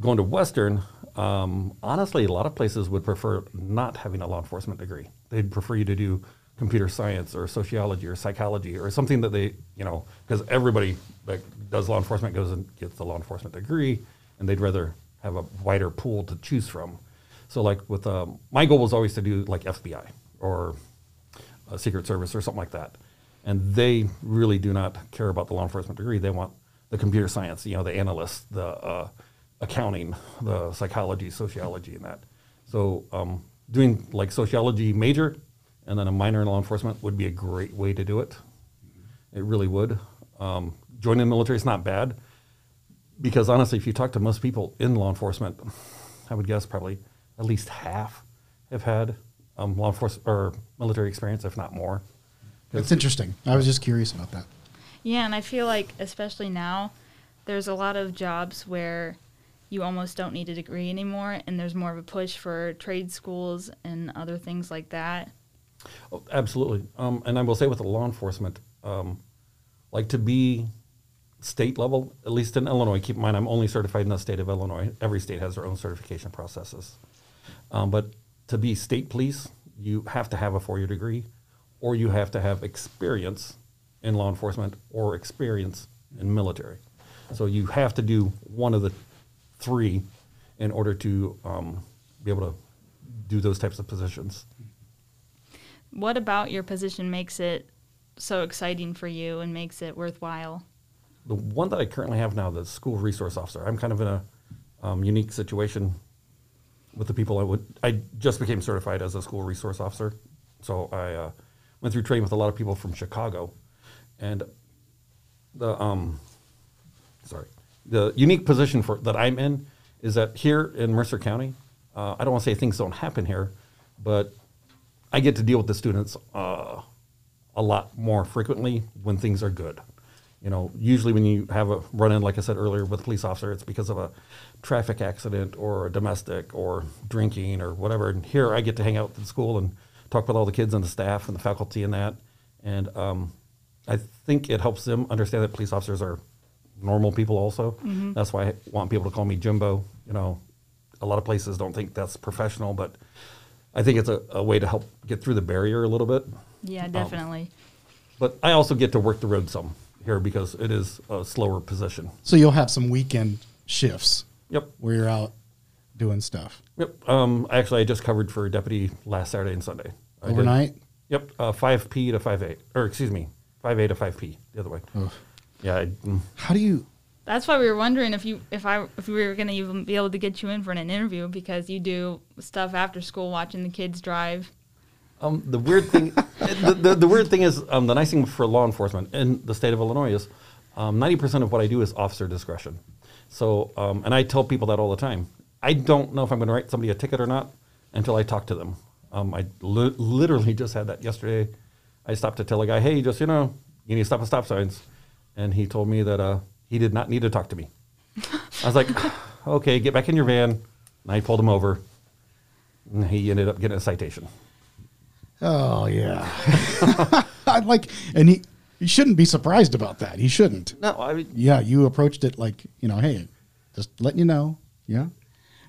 Speaker 7: going to Western, um, honestly, a lot of places would prefer not having a law enforcement degree. They'd prefer you to do computer science or sociology or psychology or something that they, you know, because everybody that does law enforcement goes and gets the law enforcement degree, and they'd rather have a wider pool to choose from. So, like with um, my goal was always to do like FBI or uh, a Secret Service or something like that. And they really do not care about the law enforcement degree. They want the computer science, you know, the analysts, the uh, accounting, the psychology, sociology, and that. So um, doing like sociology major and then a minor in law enforcement would be a great way to do it. It really would. Um, joining the military is not bad because honestly, if you talk to most people in law enforcement, I would guess probably at least half have had um, law enforcement or military experience, if not more.
Speaker 1: It's interesting. I was just curious about that.
Speaker 6: Yeah, and I feel like especially now, there's a lot of jobs where you almost don't need a degree anymore, and there's more of a push for trade schools and other things like that.
Speaker 7: Oh, absolutely. Um, and I will say with the law enforcement, um, like to be state level, at least in Illinois, keep in mind I'm only certified in the state of Illinois. Every state has their own certification processes. Um, but to be state police, you have to have a four year degree or you have to have experience in law enforcement or experience in military. So you have to do one of the three in order to um, be able to do those types of positions.
Speaker 6: What about your position makes it so exciting for you and makes it worthwhile?
Speaker 7: the one that I currently have now, the school resource officer, I'm kind of in a um, unique situation with the people I would. I just became certified as a school resource officer, so I uh, went through training with a lot of people from Chicago, and the um, sorry, the unique position for that I'm in is that here in Mercer County, uh, I don't want to say things don't happen here, but I get to deal with the students uh, a lot more frequently when things are good. You know, usually when you have a run in, like I said earlier, with a police officer, it's because of a traffic accident or a domestic or drinking or whatever. And here I get to hang out at school and talk with all the kids and the staff and the faculty and that. And um, I think it helps them understand that police officers are normal people also.
Speaker 6: Mm-hmm.
Speaker 7: That's why I want people to call me Jimbo. You know, a lot of places don't think that's professional, but I think it's a, a way to help get through the barrier a little bit. Um,
Speaker 6: Yeah, definitely.
Speaker 7: But I also get to work the road some here because it is a slower position.
Speaker 1: So you'll have some weekend shifts
Speaker 7: Yep.
Speaker 1: where you're out doing stuff
Speaker 7: Yep. Um, actually, I just covered for deputy last Saturday and Sunday. I did-
Speaker 1: overnight.
Speaker 7: Yep. Uh, 5P to 5A. Or excuse me, 5A to 5P, the other way. Yeah. I, mm.
Speaker 1: How do you?
Speaker 6: That's why we were wondering if you if I if we were gonna even be able to get you in for an interview because you do stuff after school watching the kids drive.
Speaker 7: Um, the weird thing, the, the, the weird thing is, um, the nice thing for law enforcement in the state of Illinois is, um, ninety percent of what I do is officer discretion. So, um, and I tell people that all the time. I don't know if I'm going to write somebody a ticket or not until I talk to them. Um, I li- literally just had that yesterday. I stopped to tell a guy, "Hey, just you know, you need to stop at stop signs," and he told me that uh, he did not need to talk to me. I was like, "Okay, get back in your van." And I pulled him over, and he ended up getting a citation.
Speaker 1: Oh yeah. I'd like, and he, he shouldn't be surprised about that. He shouldn't.
Speaker 7: No, I mean,
Speaker 1: Yeah, you approached it like you know, hey, just letting you know. Yeah.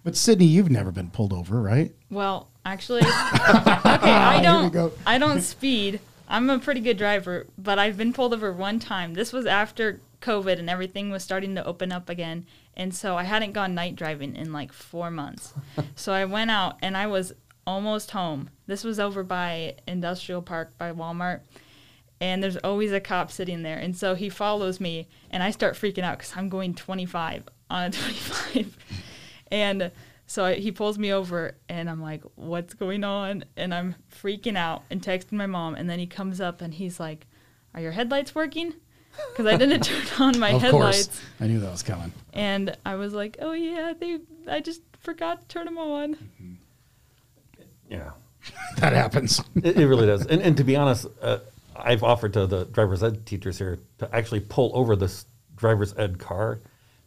Speaker 1: But Sydney, you've never been pulled over, right?
Speaker 6: Well, actually, okay, I
Speaker 1: go.
Speaker 6: don't. I don't speed. I'm a pretty good driver, but I've been pulled over one time. This was after COVID and everything was starting to open up again, and so I hadn't gone night driving in like four months. so I went out and I was almost home. This was over by Industrial Park by Walmart. And there's always a cop sitting there. And so he follows me, and I start freaking out because I'm going 25 on a 25. And so I, he pulls me over, and I'm like, "What's going on?" And I'm freaking out and texting my mom. And then he comes up and he's like, "Are your headlights working?" Because I didn't turn on my
Speaker 1: of
Speaker 6: headlights.
Speaker 1: course. I knew that was coming.
Speaker 6: And I was like, "Oh yeah, they. I just forgot to turn them on."
Speaker 7: yeah.
Speaker 1: That happens.
Speaker 7: It, it really does. And, and to be honest, uh, I've offered to the driver's ed teachers here to actually pull over this driver's ed car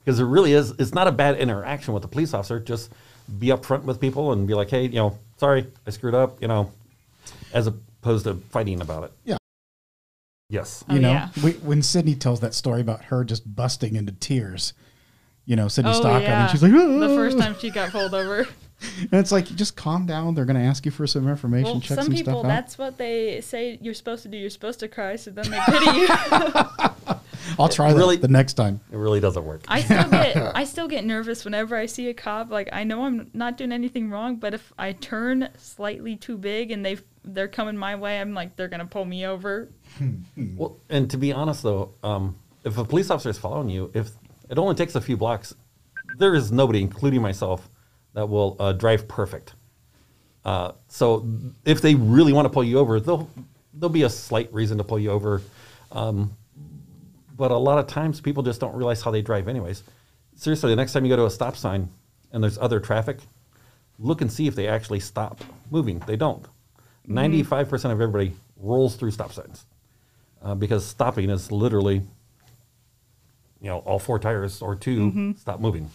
Speaker 7: because it really is, it's not a bad interaction with the police officer. Just be upfront with people and be like, hey, you know, sorry, I screwed up, you know, as opposed to fighting about it.
Speaker 1: Yeah.
Speaker 7: Yes.
Speaker 1: you
Speaker 6: Oh,
Speaker 1: know,
Speaker 6: yeah.
Speaker 1: we, when Sydney tells that story about her just busting into tears, you know, Sydney
Speaker 6: oh
Speaker 1: Stockholm,
Speaker 6: yeah.
Speaker 1: and she's like,
Speaker 6: the first
Speaker 1: "Ah."
Speaker 6: time she got pulled over.
Speaker 1: and it's like, just calm down. They're going to ask you for some information,
Speaker 6: well,
Speaker 1: check
Speaker 6: some
Speaker 1: some
Speaker 6: people,
Speaker 1: stuff out.
Speaker 6: that's what they say you're supposed to do. You're supposed to cry, so then they pity you.
Speaker 1: I'll try
Speaker 7: really-
Speaker 1: that the next time.
Speaker 7: It really doesn't work.
Speaker 6: I still get I still get nervous whenever I see a cop. Like I know I'm not doing anything wrong, but if I turn slightly too big and they they're coming my way, I'm like they're gonna pull me over.
Speaker 7: Well, and to be honest though, um, if a police officer is following you, if it only takes a few blocks, there is nobody, including myself, that will uh, drive perfect. Uh, so if they really want to pull you over, they'll there'll be a slight reason to pull you over. Um, but a lot of times people just don't realize how they drive anyways. Seriously, the next time you go to a stop sign and there's other traffic, look and see if they actually stop moving. They don't. 95% of everybody rolls through stop signs uh, because stopping is literally, you know, all four tires or 2 stop moving.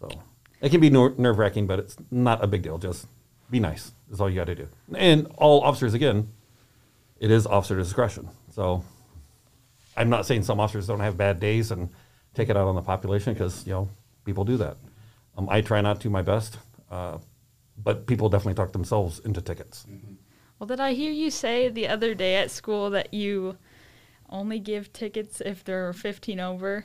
Speaker 7: So it can be ner- nerve wracking, but it's not a big deal. Just be nice is all you got to do. And all officers, again, it is officer discretion. So I'm not saying some officers don't have bad days and take it out on the population because you know people do that. Um, I try not to my best, uh, but people definitely talk themselves into tickets.
Speaker 6: Well, did I hear you say the other day at school that you only give tickets if they're 15 over?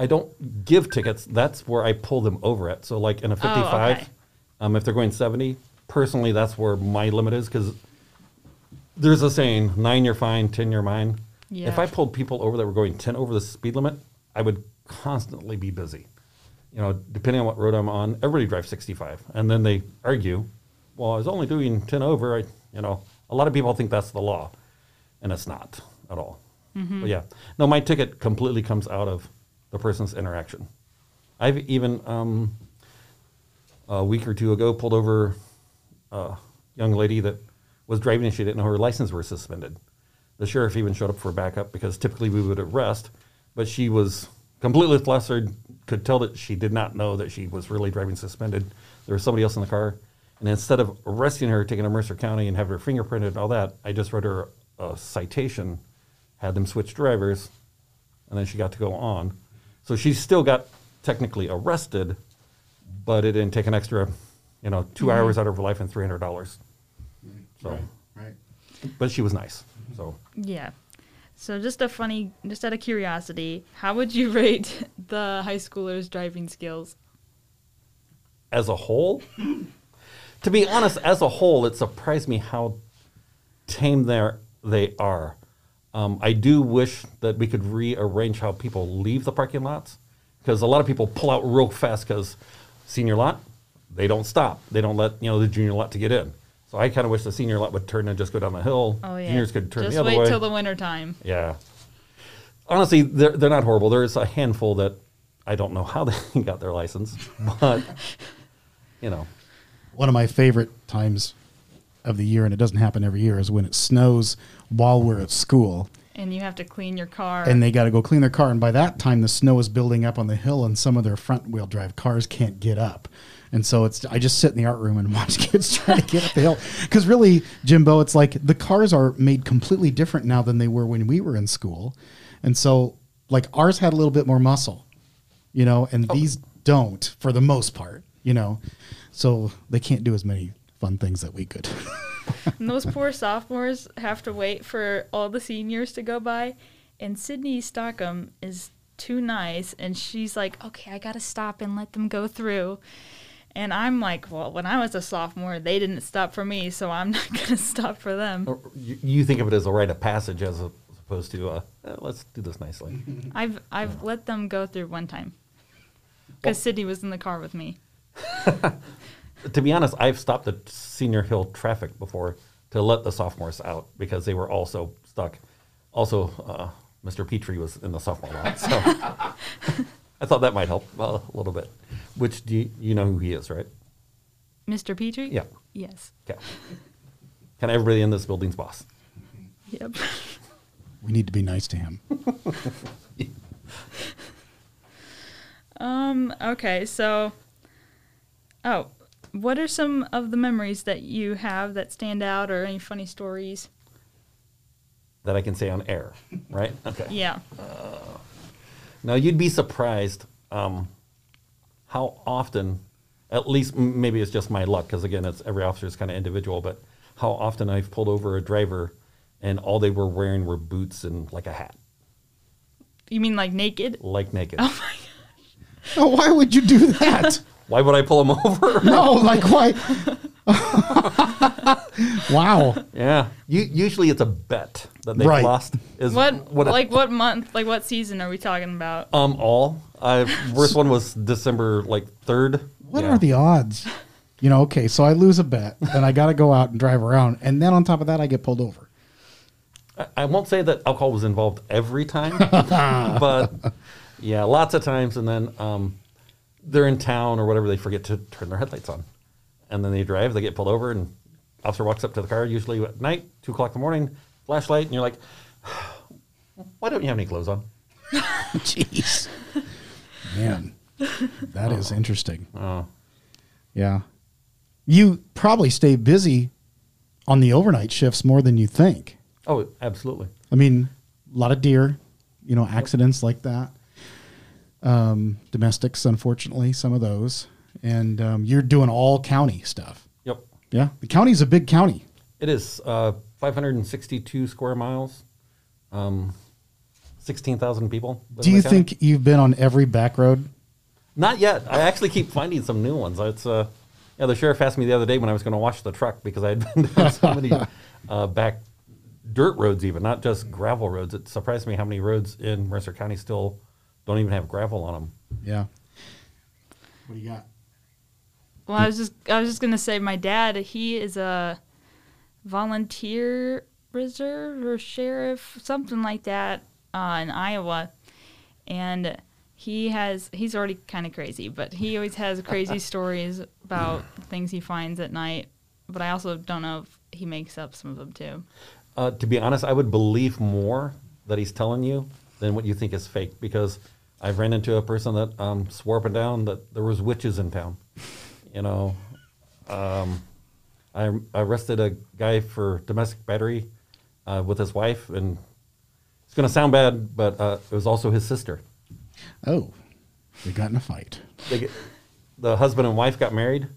Speaker 7: I don't give tickets. That's where I pull them over at. So like in a 55,
Speaker 6: Oh, okay.
Speaker 7: um, if they're going 70, personally, that's where my limit is because there's a saying, nine you're fine, 10 you're mine. If
Speaker 6: Yeah.
Speaker 7: I pulled people over that were going 10 over the speed limit, I would constantly be busy. You know, depending on what road I'm on, everybody drives 65. And then they argue, well, I was only doing 10 over. I, you know, a lot of people think that's the law, and it's not at all. But yeah. No, my ticket completely comes out of the person's interaction. I've even, um, a week or two ago pulled over a young lady that was driving and she didn't know her license were suspended. The sheriff even showed up for backup because typically we would arrest, but she was completely flustered, could tell that she did not know that she was really driving suspended. There was somebody else in the car. And instead of arresting her, taking her to Mercer County and have her fingerprinted and all that, I just wrote her a citation, had them switch drivers, and then she got to go on. So she still got technically arrested, but it didn't take an extra, you know, 2 hours out of her life and three hundred dollars. So,
Speaker 1: Mm-hmm. Right.
Speaker 7: but she was nice. So
Speaker 6: Yeah. So just a funny, just out of curiosity, how would you rate the high schooler's driving skills?
Speaker 7: as a whole, to be honest, as a whole, it surprised me how tame they're- they are. Um, I do wish that we could rearrange how people leave the parking lots because a lot of people pull out real fast because senior lot, they don't stop. They don't let you know the junior lot to get in. So I kind of wish the senior lot would turn and just go down the hill.
Speaker 6: Oh yeah.
Speaker 7: Juniors could turn
Speaker 6: just
Speaker 7: the other
Speaker 6: wait
Speaker 7: way.
Speaker 6: till the winter time.
Speaker 7: Yeah. Honestly, they're, they're not horrible. There's a handful that I don't know how they got their license, but, you know,
Speaker 1: One of my favorite times of the year, and it doesn't happen every year, is when it snows while we're at school.
Speaker 6: And you have to clean your car.
Speaker 1: And they got to go clean their car. And by that time, the snow is building up on the hill, and some of their front wheel drive cars can't get up. And so it's I just sit in the art room and watch kids try to get up the hill. Because really, Jimbo, it's like the cars are made completely different now than they were when we were in school. And so, like ours had a little bit more muscle, you know, and these don't for the most part, you know. So they can't do as many fun things that we could.
Speaker 6: And those poor sophomores have to wait for all the seniors to go by. And Sydney Stockham is too nice. And she's like, okay, I got to stop and let them go through. And I'm like, well, when I was a sophomore, they didn't stop for me. So I'm not going to stop for them.
Speaker 7: or you, you think of it as a rite of passage as a- as opposed to, uh, "Eh, let's do this nicely.
Speaker 6: I've, I've let them go through one time because Sydney was in the car with me.
Speaker 7: to be honest, I've stopped the senior hill traffic before to let the sophomores out because they were also stuck. Also, uh, Mr. Petrie was in the sophomore lot, so I thought that might help uh, a little bit. Which do you, you know who he is, right?
Speaker 6: Mr. Petrie?
Speaker 7: Yeah.
Speaker 6: Yes.
Speaker 7: Okay. Kind of everybody in this building's boss.
Speaker 6: Yep.
Speaker 1: we need to be nice to him.
Speaker 6: Um, okay, so oh, what are some of the memories that you have that stand out or any funny stories?
Speaker 7: That I can say on air, right? Okay. Uh,
Speaker 6: Yeah.
Speaker 7: Now you'd be surprised um, how often, at least m- maybe it's just my luck because again, it's every officer is kind of individual, but how often I've pulled over a driver and all they were wearing were boots and like a hat,
Speaker 6: You mean like naked?
Speaker 7: like naked.
Speaker 1: oh, why would you do that?
Speaker 7: Why would I pull them over?
Speaker 1: No, like why? Wow.
Speaker 7: Yeah. U- usually it's a bet that they
Speaker 1: Right.
Speaker 7: have lost. Is
Speaker 6: What,
Speaker 7: what
Speaker 6: like what month? Like what season are we talking about?
Speaker 7: um all. I worst one was December like third.
Speaker 1: What are the odds? You know, okay, so I lose a bet and I got to go out and drive around. And then on top of that, I get pulled over.
Speaker 7: I won't say that alcohol was involved every time, but yeah, lots of times. And then um, they're in town or whatever, they forget to turn their headlights on. And then they drive, they get pulled over, and officer walks up to the car, usually at night, two o'clock in the morning, flashlight, and you're like, why don't you have any clothes on?
Speaker 1: Jeez. Man, that is interesting.
Speaker 7: Oh,
Speaker 1: Yeah. You probably stay busy on the overnight shifts more than you think.
Speaker 7: oh absolutely.
Speaker 1: I mean, a lot of deer, you know, accidents like that. Um, domestics, unfortunately, some of those. And um, you're doing all county stuff.
Speaker 7: Yep.
Speaker 1: Yeah. The county's a big county.
Speaker 7: It is uh, 562 square miles, um, 16,000 people. live
Speaker 1: Do
Speaker 7: in
Speaker 1: you
Speaker 7: the county.
Speaker 1: think you've been on every back road?
Speaker 7: Not yet. I actually keep finding some new ones. It's uh, yeah. The sheriff asked me the other day when I was going to wash the truck because I had been down so many uh, back dirt roads, even not just gravel roads. It surprised me how many roads in Mercer County still don't even have gravel on them.
Speaker 1: Yeah. What do you got?
Speaker 6: Well, I was just I was just gonna say my dad. He is a volunteer reserve or sheriff, something like that, uh, in Iowa, and he has he's already kind of crazy, but he always has crazy stories about things he finds at night. But I also don't know if he makes up some of them too.
Speaker 7: Uh, to be honest, I would believe more that he's telling you than what you think is fake because I've ran into a person that um, swore up and down that there was witches in town. You know, um, I I arrested a guy for domestic battery uh, with his wife, and it's going to sound bad, but uh, it was also his sister.
Speaker 1: Oh, they got in a fight.
Speaker 7: They get, the husband and wife got married.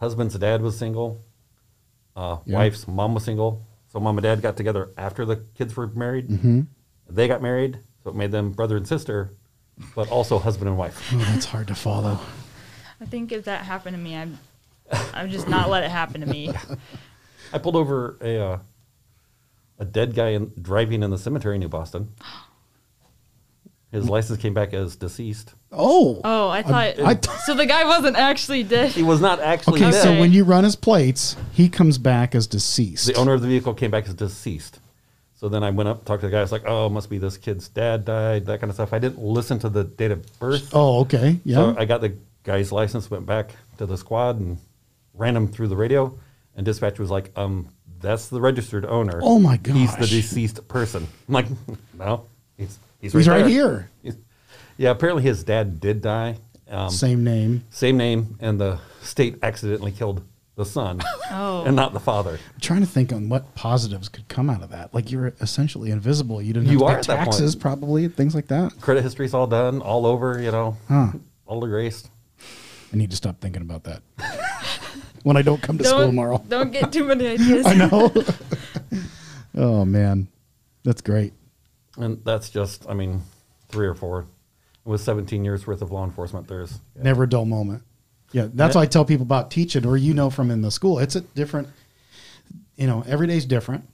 Speaker 7: Husband's dad was single. Uh,
Speaker 1: Yeah.
Speaker 7: Wife's mom was single. So mom and dad got together after the kids were married.
Speaker 1: Mm-hmm.
Speaker 7: They got married, so it made them brother and sister, but also husband and wife.
Speaker 1: Oh, that's hard to follow.
Speaker 6: I think if that happened to me, I'm I'm just not let it happen to me.
Speaker 7: I pulled over a uh, a dead guy in, driving in the cemetery in New Boston. His license came back as deceased.
Speaker 1: Oh.
Speaker 6: Oh, I thought
Speaker 1: I t-
Speaker 6: so. The guy wasn't actually dead.
Speaker 7: He was not actually
Speaker 1: okay,
Speaker 7: dead.
Speaker 1: so when you run his plates, he comes back as deceased.
Speaker 7: the owner of the vehicle came back as deceased. So then I went up, talked to the guy. I was like, "Oh, must be this kid's dad died, that kind of stuff." I didn't listen to the date of birth.
Speaker 1: Oh, okay. Yeah.
Speaker 7: So I got the guy's license, went back to the squad, and ran him through the radio. And dispatcher was like, "Um, that's the registered owner.
Speaker 1: Oh my
Speaker 7: He's the
Speaker 1: gosh.
Speaker 7: deceased person." I'm like, "No, he's he's right,
Speaker 1: He's right
Speaker 7: there."
Speaker 1: here.
Speaker 7: He's- yeah, apparently his dad did die. Um,
Speaker 1: Same name.
Speaker 7: same name, and the state accidentally killed the son
Speaker 6: Oh.
Speaker 7: and not the father.
Speaker 1: I'm trying to think on what positives could come out of that. Like you're essentially invisible. You didn't have
Speaker 7: You
Speaker 1: to
Speaker 7: are
Speaker 1: pay
Speaker 7: at that point.
Speaker 1: taxes, probably things like that.
Speaker 7: credit history's all done, all over, you know,
Speaker 1: Huh.
Speaker 7: all erased.
Speaker 1: I need to stop thinking about that when I don't come to school
Speaker 6: don't,
Speaker 1: tomorrow.
Speaker 6: don't get too many ideas.
Speaker 1: I know. oh man, that's great.
Speaker 7: And that's just, I mean, three or four. With 17 years worth of law enforcement, there's
Speaker 1: Never a dull moment. Yeah, that's
Speaker 7: Yeah.
Speaker 1: why I tell people about teaching, or you know from in the school. It's a different. You know, every day's different.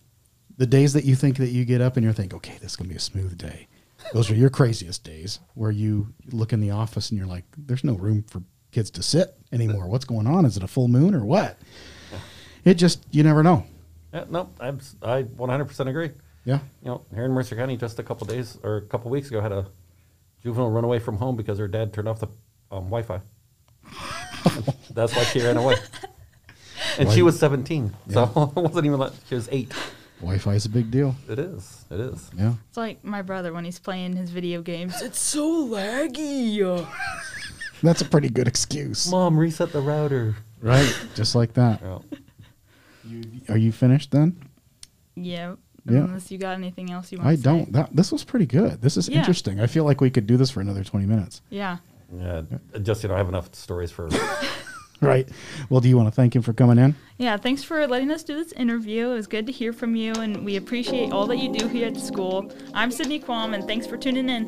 Speaker 1: The days that you think that you get up and you're thinking, okay, this is gonna be a smooth day. Those are your craziest days where you look in the office and you're like, there's no room for kids to sit anymore. What's going on? Is it a full moon or what? It just you never know.
Speaker 7: yeah, no, I'm, s- I 100% agree.
Speaker 1: Yeah.
Speaker 7: You know, here in Mercer County, just a couple days or a couple weeks ago, had a juvenile run away from home because her dad turned off the um, Wi Fi. that's why she ran away. And she
Speaker 1: Why-
Speaker 7: was 17. So it wasn't even like she was eight.
Speaker 1: Wi-Fi is a big deal.
Speaker 7: It is. It is.
Speaker 1: Yeah.
Speaker 6: It's like my brother when he's playing his video games. It's so laggy.
Speaker 1: That's a pretty good excuse.
Speaker 7: Mom, reset the router.
Speaker 1: Right. Just like that.
Speaker 7: Yeah.
Speaker 1: Are you finished then?
Speaker 6: Yeah.
Speaker 1: Yeah.
Speaker 6: Unless you got anything else you want.
Speaker 1: I
Speaker 6: to say.
Speaker 1: don't. That this was pretty good. This is
Speaker 6: Yeah.
Speaker 1: interesting. I feel like we could do this for another 20 minutes.
Speaker 6: Yeah.
Speaker 7: Yeah, just you know, I have enough stories for.
Speaker 1: Right. Well, do you want to thank him for coming in?
Speaker 6: Yeah. Thanks for letting us do this interview. It was good to hear from you, and we appreciate all that you do here at the school. I'm Sydney Quam, and thanks for tuning in.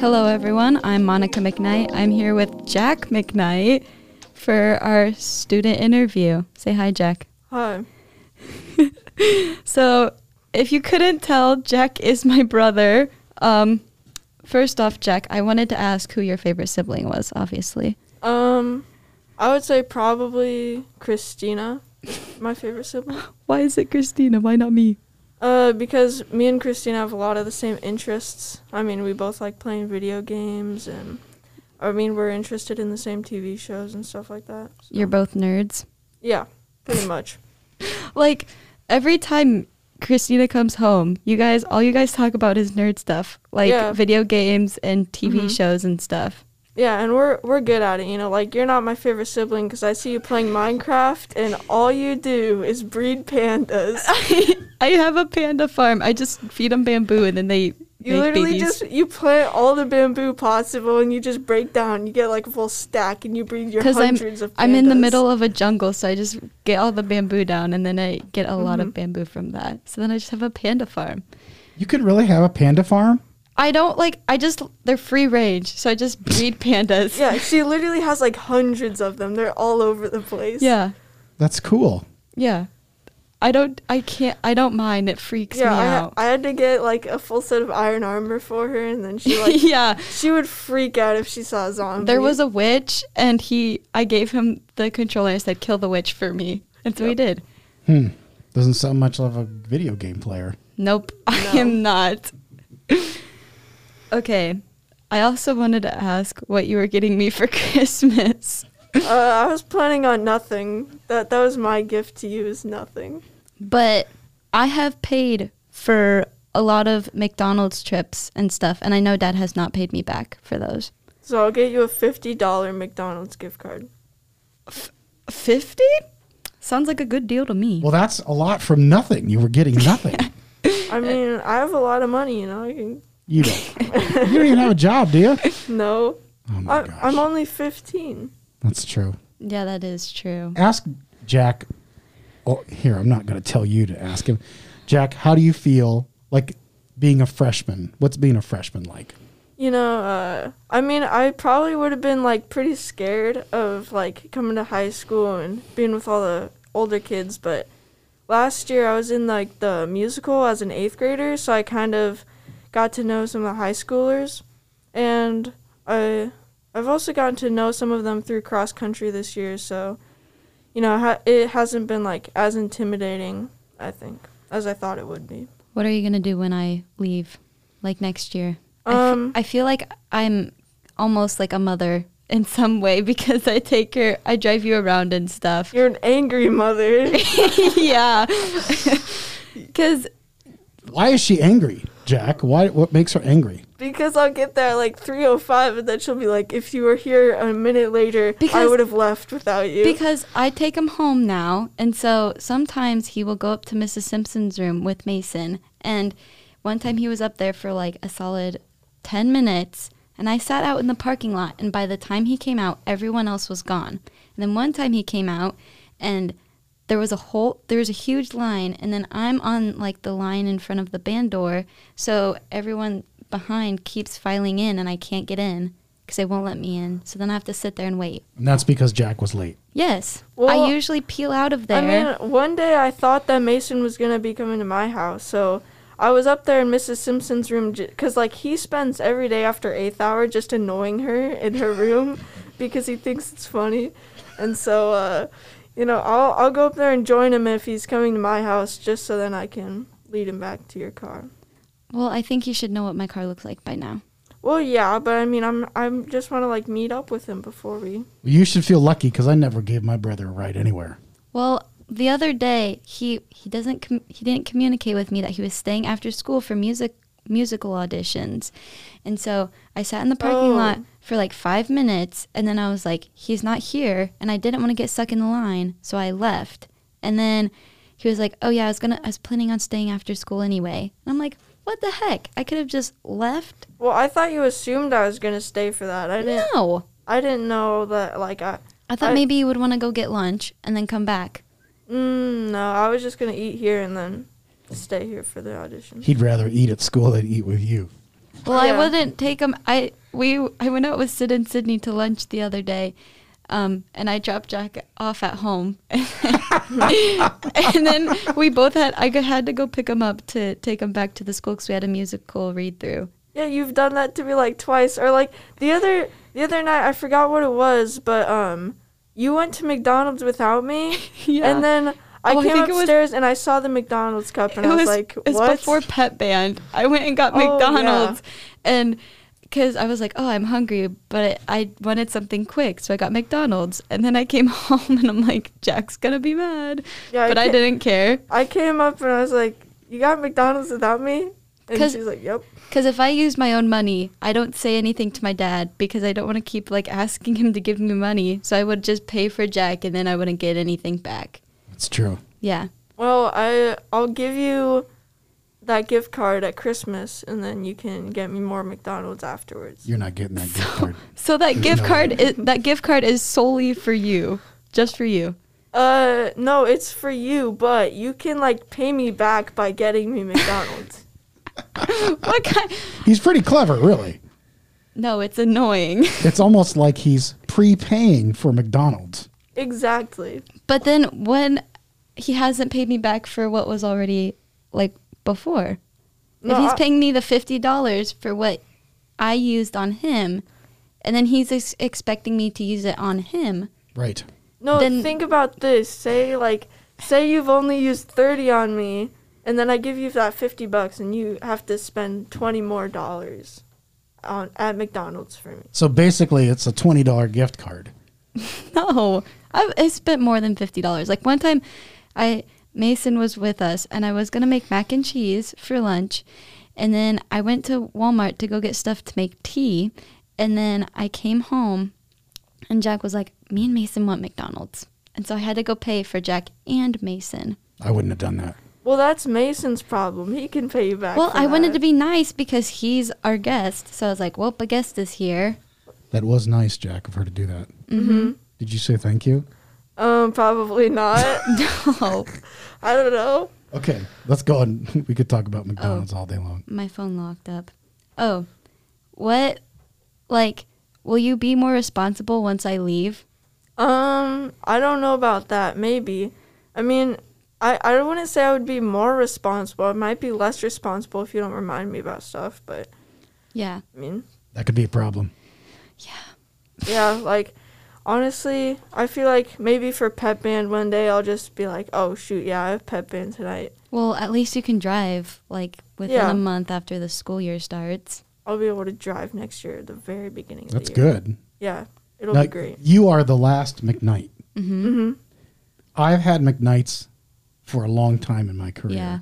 Speaker 8: Hello, everyone. I'm Monica McKnight. I'm here with Jack McKnight for our student interview. Say hi, Jack.
Speaker 9: Hi.
Speaker 8: So, if you couldn't tell, Jack is my brother. Um, first off, Jack, I wanted to ask who your favorite sibling was, obviously.
Speaker 9: Um, I would say probably Christina, my favorite sibling.
Speaker 8: Why is it Christina? Why not me?
Speaker 9: Uh, because me and Christina have a lot of the same interests. I mean, we both like playing video games, and I mean, we're interested in the same TV shows and stuff like that. so-
Speaker 8: You're both nerds.
Speaker 9: Yeah, pretty much.
Speaker 8: Like, every time Christina comes home, you guys, all you guys talk about is nerd stuff, like
Speaker 9: Yeah.
Speaker 8: video games and TV
Speaker 9: Mhm.
Speaker 8: shows and stuff.
Speaker 9: Yeah, and we're we're good at it. You know, like you're not my favorite sibling because I see you playing Minecraft, and all you do is breed pandas.
Speaker 8: I have a panda farm. I just feed them bamboo and then they
Speaker 9: You
Speaker 8: make
Speaker 9: literally
Speaker 8: babies.
Speaker 9: just you plant all the bamboo possible, and you just break down. You get like a full stack, and you breed your
Speaker 8: 'Cause I'm-
Speaker 9: hundreds of. Pandas.
Speaker 8: I'm in the middle of a jungle, so I just get all the bamboo down, and then I get a lot of
Speaker 9: Mhm.
Speaker 8: bamboo from that. So then I just have a panda farm.
Speaker 1: You could really have a panda farm?
Speaker 8: I don't like. I just they're free range, so I just breed pandas.
Speaker 9: Yeah, she literally has like hundreds of them. They're all over the place.
Speaker 8: yeah,
Speaker 1: That's cool.
Speaker 8: yeah. I don't. I can't. I don't mind. It freaks
Speaker 9: Yeah,
Speaker 8: me
Speaker 9: I,
Speaker 8: out.
Speaker 9: I had to get like a full set of iron armor for her, and then she like
Speaker 8: yeah.
Speaker 9: she would freak out if she saw a zombie.
Speaker 8: There was a witch, and he. I gave him the controller. I said, "Kill the witch for me," and so he did.
Speaker 1: Hmm. Doesn't sound much like a video game player.
Speaker 8: Nope, I am not. okay. I also wanted to ask what you were getting me for Christmas.
Speaker 9: Uh, I was planning on nothing. That that was my gift to you is nothing.
Speaker 8: But I have paid for a lot of McDonald's trips and stuff, and I know dad has not paid me back for those.
Speaker 9: So I'll get you a fifty dollar McDonald's gift card.
Speaker 8: 50? Sounds like a good deal to me.
Speaker 1: Well, that's a lot from nothing. You were getting nothing.
Speaker 9: I mean, I have a lot of money, you know. I can
Speaker 1: you don't. You don't even have a job, do you?
Speaker 9: no.
Speaker 1: Oh my
Speaker 9: I,
Speaker 1: gosh.
Speaker 9: I'm only fifteen.
Speaker 1: that's true.
Speaker 8: yeah, that is true.
Speaker 1: Ask Jack. Oh, here I'm not going to tell you to ask him. Jack, how do you feel like being a freshman? What's being a freshman like?
Speaker 9: You know, uh, I mean, I probably would have been like pretty scared of like coming to high school and being with all the older kids, but last year I was in like the musical as an eighth grader, so I kind of got to know some of the high schoolers, and I I've also gotten to know some of them through cross country this year, so you know ha- it hasn't been like as intimidating, I think, as I thought it would be.
Speaker 8: What are you going to do when I leave? Like next year?
Speaker 9: Um,
Speaker 8: I, f- I feel like I'm almost like a mother in some way because I take her, I drive you around and stuff.
Speaker 9: You're an angry mother.
Speaker 8: yeah. Because
Speaker 1: Why is she angry, Jack? Why? What makes her angry?
Speaker 9: Because I'll get there at like 3.05 and then she'll be like, if you were here a minute later, I
Speaker 8: Because-
Speaker 9: would have left without you.
Speaker 8: Because I take him home now, and so sometimes he will go up to Mrs. Simpson's room with Mason. And one time he was up there for like a solid 10 minutes, and I sat out in the parking lot. And by the time he came out, everyone else was gone. And then one time he came out, and there was a whole there was a huge line and then i'm on like the line in front of the band door so everyone behind keeps filing in and i can't get in because they won't let me in so then i have to sit there and wait
Speaker 1: And that's because Jack was late.
Speaker 8: Yes.
Speaker 9: Well,
Speaker 8: I usually peel out of there.
Speaker 9: I mean, one day I thought that Mason was going to be coming to my house, so I was up there in Mrs. Simpson's room because, like, he spends every day after eighth hour just annoying her in her room because he thinks it's funny. And so, uh, you know, I'll, I'll go up there and join him if he's coming to my house just so then I can lead him back to your car.
Speaker 8: well, I think you should know what my car looks like by now.
Speaker 9: Well, yeah, but I mean, I'm I'm just want to like meet up with him before we.
Speaker 1: You should feel lucky because I never gave my brother a ride anywhere.
Speaker 8: Well, the other day he he doesn't com- he didn't communicate with me that he was staying after school for music musical auditions. And so I sat in the parking
Speaker 9: Oh.
Speaker 8: lot for like 5 minutes and then I was like he's not here and I didn't want to get stuck in the line, so I left. And then he was like, "Oh yeah, I was going to I was planning on staying after school anyway." And I'm like, "What the heck? I could have just left."
Speaker 9: Well, I thought you assumed I was gonna stay for that. I didn't.
Speaker 8: No.
Speaker 9: I didn't know that. Like I.
Speaker 8: I thought
Speaker 9: I-
Speaker 8: maybe you would want to go get lunch and then come back.
Speaker 9: Mm, no, I was just gonna eat here and then stay here for the audition.
Speaker 1: He'd rather eat at school than eat with you.
Speaker 8: Well,
Speaker 9: Yeah.
Speaker 8: I wouldn't take them. I we I went out with Sid and Sydney to lunch the other day, um, and I dropped Jack off at home, and then we both had I g- had to go pick him up to take him back to the school because we had a musical read through.
Speaker 9: Yeah, you've done that to me like twice, or like the other the other night. I forgot what it was, but um, you went to McDonald's without me,
Speaker 8: Yeah.
Speaker 9: and then I
Speaker 8: Oh, I
Speaker 9: came
Speaker 8: think it was-
Speaker 9: upstairs and I saw the McDonald's cup, and I was, like,
Speaker 8: it's
Speaker 9: "What?"
Speaker 8: before Pet Band. I went and got
Speaker 9: Oh, yeah.
Speaker 8: McDonald's, and because I was like, oh, I'm hungry, but I wanted something quick, so I got McDonald's, and then I came home and I'm like, Jack's gonna be mad,
Speaker 9: Yeah, I
Speaker 8: but I
Speaker 9: can't-
Speaker 8: didn't care.
Speaker 9: I came up and I was like, "You got McDonald's without me?" And
Speaker 8: 'Cause-
Speaker 9: she's like, "Yep."
Speaker 8: Because if I use my own money, I don't say anything to my dad because I don't want to keep like asking him to give me money. So I would just pay for Jack and then I wouldn't get anything back.
Speaker 1: It's true.
Speaker 8: Yeah.
Speaker 9: Well, I I'll give you that gift card at Christmas, and then you can get me more McDonald's afterwards.
Speaker 1: You're not getting that gift card.
Speaker 8: So that gift
Speaker 1: no
Speaker 8: card is, that gift card is solely for you, just for you.
Speaker 9: Uh, no, it's for you, but you can like pay me back by getting me McDonald's.
Speaker 8: What kind?
Speaker 1: He's pretty clever, really.
Speaker 8: No, it's annoying.
Speaker 1: It's almost like he's prepaying for McDonald's.
Speaker 9: exactly.
Speaker 8: But then when he hasn't paid me back for what was already like before,
Speaker 9: No,
Speaker 8: if he's
Speaker 9: I-
Speaker 8: paying me the fifty dollars for what I used on him, and then he's ex- expecting me to use it on him.
Speaker 1: Right.
Speaker 9: No,
Speaker 8: Then-
Speaker 9: think about this. Say like, say you've only used thirty on me, and then I give you that fifty bucks, and you have to spend twenty more dollars on at McDonald's for me.
Speaker 1: So basically, it's a $20 gift card.
Speaker 8: No, I, I spent more than fifty dollars. Like one time, I Mason was with us, and I was gonna make mac and cheese for lunch, and then I went to Walmart to go get stuff to make tea, and then I came home, and Jack was like, "Me and Mason want McDonald's," and so I had to go pay for Jack and Mason.
Speaker 1: I wouldn't have done that.
Speaker 9: Well, that's Mason's problem. He can pay you back.
Speaker 8: Well,
Speaker 9: for
Speaker 8: I wanted
Speaker 9: that.
Speaker 8: to be nice because he's our guest, so I was like, "Well, a guest is here."
Speaker 1: That was nice, Jack, of her to do that. Mm-hmm. Did you say thank you?
Speaker 9: Um, probably not.
Speaker 8: Oh,
Speaker 9: I don't know.
Speaker 1: Okay, let's go on. We could talk about McDonald's all day long.
Speaker 8: my phone locked up. Oh, what? Like, will you be more responsible once I leave?
Speaker 9: Um, I don't know about that. Maybe. I mean, I I wouldn't say I would be more responsible. I might be less responsible if you don't remind me about stuff. But
Speaker 8: Yeah.
Speaker 9: I mean,
Speaker 1: That could be a problem.
Speaker 9: yeah, like honestly, I feel like maybe for pep band one day I'll just be like, oh shoot, yeah, I have pep band tonight.
Speaker 8: Well, at least you can drive like within
Speaker 9: Yeah.
Speaker 8: a month after the school year starts.
Speaker 9: I'll be able to drive next year, at the very beginning.
Speaker 1: That's
Speaker 9: of the year.
Speaker 1: good.
Speaker 9: Yeah, it'll
Speaker 1: Now,
Speaker 9: be great.
Speaker 1: You are the last McKnight. Mm-hmm. I've had McKnights for a long time in my career,
Speaker 8: Yeah.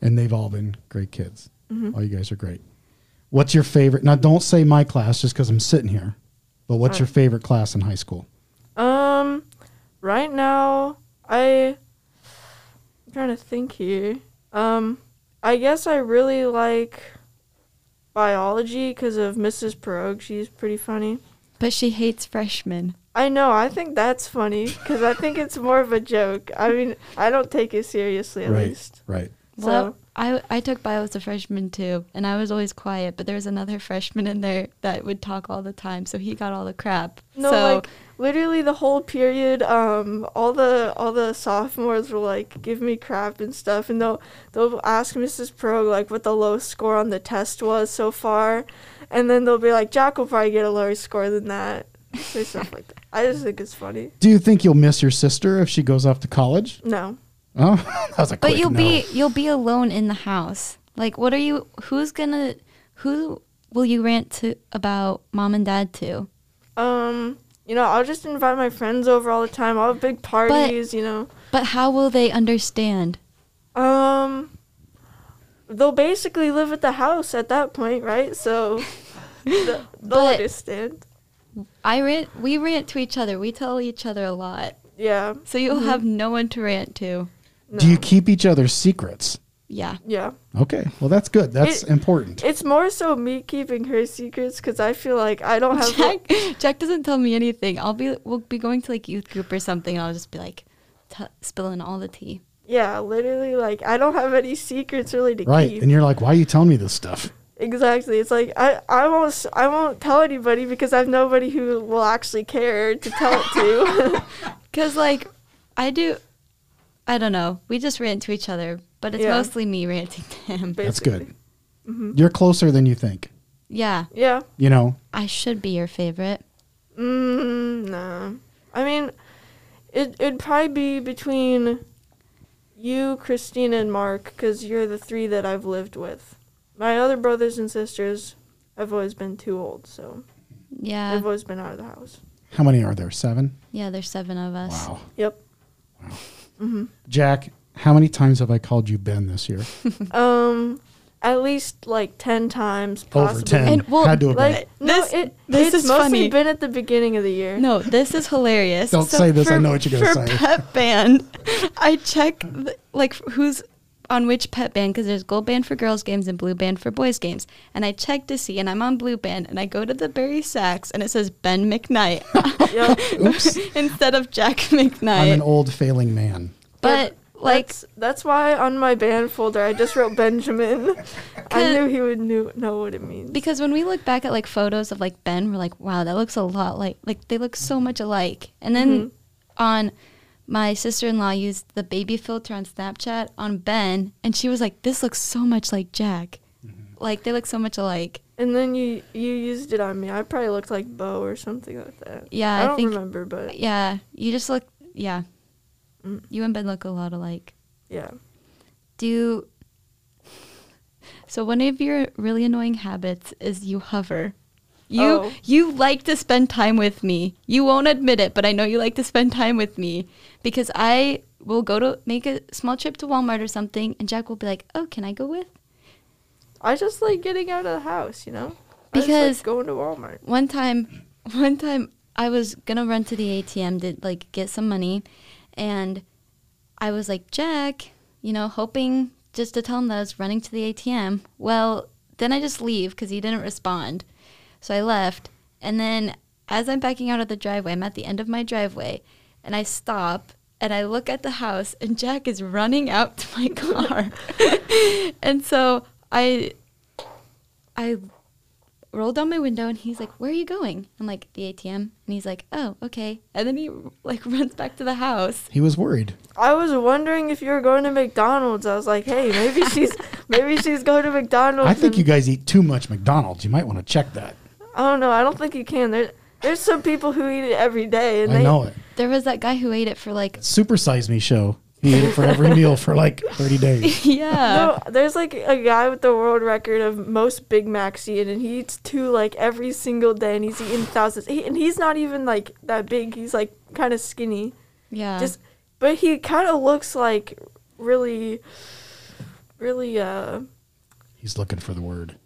Speaker 1: and they've all been great kids. All you guys are great. What's your favorite? Now, don't say my class just because I'm sitting here, but what's your favorite class in high school?
Speaker 9: Um, right now I I'm trying to think here. Um, I guess I really like biology because of Mrs. Perogue. She's pretty funny.
Speaker 8: But she hates freshmen.
Speaker 9: I know. I think that's funny because I think it's more of a joke. I mean, I don't take it seriously at
Speaker 1: right,
Speaker 9: least.
Speaker 1: right.
Speaker 8: Well,
Speaker 9: So-
Speaker 8: I I took bio as a freshman too, and I was always quiet. But there was another freshman in there that would talk all the time, so he got all the crap.
Speaker 9: No,
Speaker 8: so
Speaker 9: like literally the whole period. Um, all the all the sophomores were like, "Give me crap and stuff," and they'll they'll ask Mrs. Progue like what the lowest score on the test was so far, and then they'll be like, "Jack will probably get a lower score than that," or stuff like that. I just think it's funny.
Speaker 1: Do you think you'll miss your sister if she goes off to college?
Speaker 9: No,
Speaker 1: Oh, that was a
Speaker 8: But
Speaker 1: quick
Speaker 8: you'll
Speaker 1: no.
Speaker 8: be you'll be alone in the house. Like, what are you? Who's gonna? Who will you rant to about mom and dad to?
Speaker 9: um, you know, I'll just invite my friends over all the time. I'll have big parties, you know.
Speaker 8: But how will they understand?
Speaker 9: Um, they'll basically live at the house at that point, right? So th- they'll
Speaker 8: But-
Speaker 9: understand.
Speaker 8: I rant. We rant to each other. We tell each other a lot.
Speaker 9: Yeah. Mm-hmm.
Speaker 8: So you'll have no one to rant to.
Speaker 9: No.
Speaker 1: Do you keep each other's secrets?
Speaker 8: Yeah.
Speaker 9: yeah.
Speaker 1: Okay, well that's good. That's
Speaker 9: It-
Speaker 1: important.
Speaker 9: It's more so me keeping her secrets because I feel like I don't have.
Speaker 8: Jack, Jack doesn't tell me anything. I'll be we'll be going to like youth group or something, and I'll just be like t- spilling all the tea.
Speaker 9: yeah, literally, like I don't have any secrets really to
Speaker 1: right,
Speaker 9: keep.
Speaker 1: and you're like, why are you telling me this stuff?
Speaker 9: Exactly. It's like I, I won't s- I won't tell anybody because I have nobody who will actually care to tell it to.
Speaker 8: Because, like, I do, I don't know. We just rant to each other, but it's
Speaker 9: Yeah.
Speaker 8: mostly me ranting to him.
Speaker 1: That's
Speaker 9: basically. Mm-hmm.
Speaker 1: good. You're closer than you think.
Speaker 8: Yeah,
Speaker 9: Yeah.
Speaker 1: You know,
Speaker 8: I should be your favorite.
Speaker 9: Mm, no. I mean, it it'd probably be between you, Christina, and Mark because you're the three that I've lived with. My other brothers and sisters, I've always been too old, so
Speaker 8: Yeah,
Speaker 9: I've always been out of the house.
Speaker 1: how many are there? Seven.
Speaker 8: yeah, there's seven of us.
Speaker 1: Wow.
Speaker 9: Yep. Mm-hmm.
Speaker 1: Jack, how many times have I called you Ben this year?
Speaker 9: Um, at least like ten times. Possibly.
Speaker 1: Over ten.
Speaker 8: And, well,
Speaker 1: Had to have been.
Speaker 9: Like no,
Speaker 8: This-
Speaker 9: it,
Speaker 8: this
Speaker 9: it's
Speaker 8: is
Speaker 9: mostly
Speaker 8: funny.
Speaker 9: been at the beginning of the year.
Speaker 8: No, this is hilarious.
Speaker 1: Don't say this, I know what you're gonna
Speaker 8: for
Speaker 1: say.
Speaker 8: Pet band, I check th- like who's on which pet band because there's gold band for girls games and blue band for boys games, and I check to see, and I'm on blue band, and I go to the Barry Sachs, and it says Ben McKnight
Speaker 9: Yep.
Speaker 8: instead of Jack
Speaker 1: I'm an
Speaker 8: McKnight.
Speaker 1: old failing man.
Speaker 8: But like,
Speaker 9: that's, that's why on my band folder I just wrote Benjamin. I
Speaker 8: Could-
Speaker 9: knew he would knew, know what it means.
Speaker 8: because when we look back at like photos of like Ben, we're like, wow, that looks a lot like like they look so much alike. And then on my sister in law used the baby filter on Snapchat on Ben, and she was like, this looks so much like Jack, like they look so much alike.
Speaker 9: and then you you used it on me. I probably looked like Bo or something like that.
Speaker 8: Yeah,
Speaker 9: I,
Speaker 8: I
Speaker 9: don't
Speaker 8: think-
Speaker 9: remember, but
Speaker 8: Yeah, you just look, yeah, you and Ben look a lot alike.
Speaker 9: yeah.
Speaker 8: Do so. One of your really annoying habits is you hover. You
Speaker 9: Oh.
Speaker 8: you like to spend time with me. You won't admit it, but I know you like to spend time with me because I will go to make a small trip to Walmart or something, and Jack will be like, "Oh, can I go with?"
Speaker 9: I just like getting out of the house, you know. I
Speaker 8: Because-
Speaker 9: just like going to Walmart.
Speaker 8: one time one time i was gonna run to the atm to like get some money and i was like jack you know hoping just to tell him that i was running to the atm well then i just leave because he didn't respond so i left and then as i'm backing out of the driveway i'm at the end of my driveway and i stop and i look at the house and jack is running out to my car and so i i rolled down my window and he's like, "Where are you going?" I'm like, "The ATM." And he's like, "Oh, okay." And then he like runs back to the house.
Speaker 1: He was worried.
Speaker 9: I was wondering if you were going to McDonald's. I was like, hey, maybe she's maybe she's going to McDonald's.
Speaker 1: I think
Speaker 9: and-
Speaker 1: you guys eat too much McDonald's. You might want to check that.
Speaker 9: I don't know. I don't think you can. There, there's some people who eat it every day, and
Speaker 1: I
Speaker 9: they
Speaker 1: know it.
Speaker 8: There was that guy who ate it for like,
Speaker 1: Supersize me show. He ate it for every meal for like 30 days.
Speaker 8: yeah,
Speaker 9: No, there's like a guy with the world record of most Big Macs eaten, and he eats two like every single day, and he's eating thousands. He, and he's not even like that big. He's like kind of skinny.
Speaker 8: yeah.
Speaker 9: Just, but he kind of looks like really, really. Uh,
Speaker 1: He's looking for the word.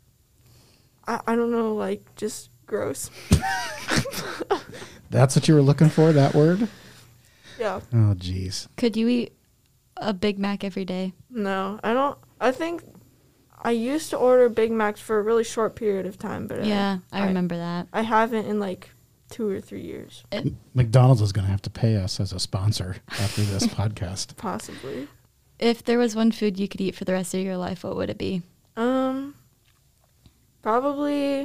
Speaker 9: I, I don't know, like just gross.
Speaker 1: That's what you were looking for, that word?
Speaker 9: Yeah.
Speaker 1: Oh, jeez.
Speaker 8: Could you eat a Big Mac every day?
Speaker 9: No, I don't. I think I used to order Big Macs for a really short period of time, but uh,
Speaker 8: Yeah, I
Speaker 9: I-
Speaker 8: remember that. Eh.
Speaker 9: I haven't in like two or three years,
Speaker 1: McDonald's is going to have to pay us as a sponsor after this podcast.
Speaker 9: possibly.
Speaker 8: If there was one food you could eat for the rest of your life, what would it be?
Speaker 9: Um, probably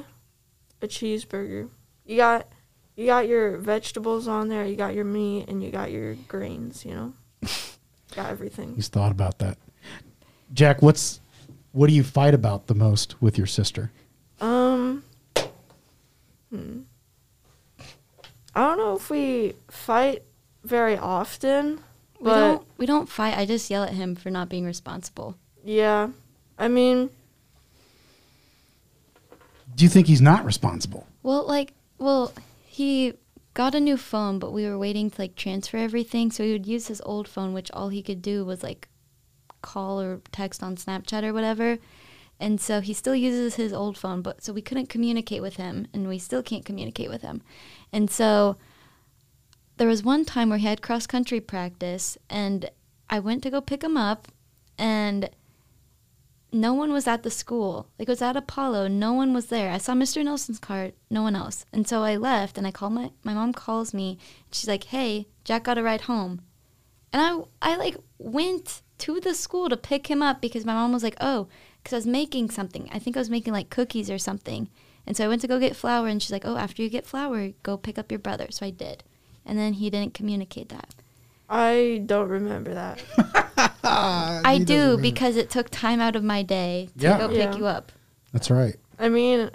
Speaker 9: a cheeseburger. You got you got your vegetables on there. You got your meat and you got your grains. You know, got everything.
Speaker 1: He's thought about that. Jack, what's what do you fight about the most with your sister?
Speaker 9: Um, hmm. I don't know if we fight very often,
Speaker 8: We
Speaker 9: but
Speaker 8: don't we don't fight. I just yell at him for not being responsible.
Speaker 9: yeah, I mean,
Speaker 1: Do you think he's not responsible?
Speaker 8: Well, like, well, he got a new phone, but we were waiting to like transfer everything, so he would use his old phone, which all he could do was like call or text on Snapchat or whatever. And so he still uses his old phone, but so we couldn't communicate with him, and we still can't communicate with him. And so there was one time where he had cross country practice, and I went to go pick him up, and no one was at the school. Like it was at Apollo, no one was there. I saw Mr. Nelson's car, no one else. And so I left and I called my my mom calls me. And she's like, "Hey, Jack got a ride home." And I I like went to the school to pick him up because my mom was like, "Oh, because I was making something. I think I was making like cookies or something. And so I went to go get flour, and she's like, "Oh, after you get flour, go pick up your brother." So I did, and then he didn't communicate that.
Speaker 9: I don't remember that.
Speaker 8: I do because it took time out of my day to
Speaker 1: Yeah.
Speaker 8: go pick
Speaker 9: Yeah.
Speaker 8: you up.
Speaker 1: That's right.
Speaker 9: I mean,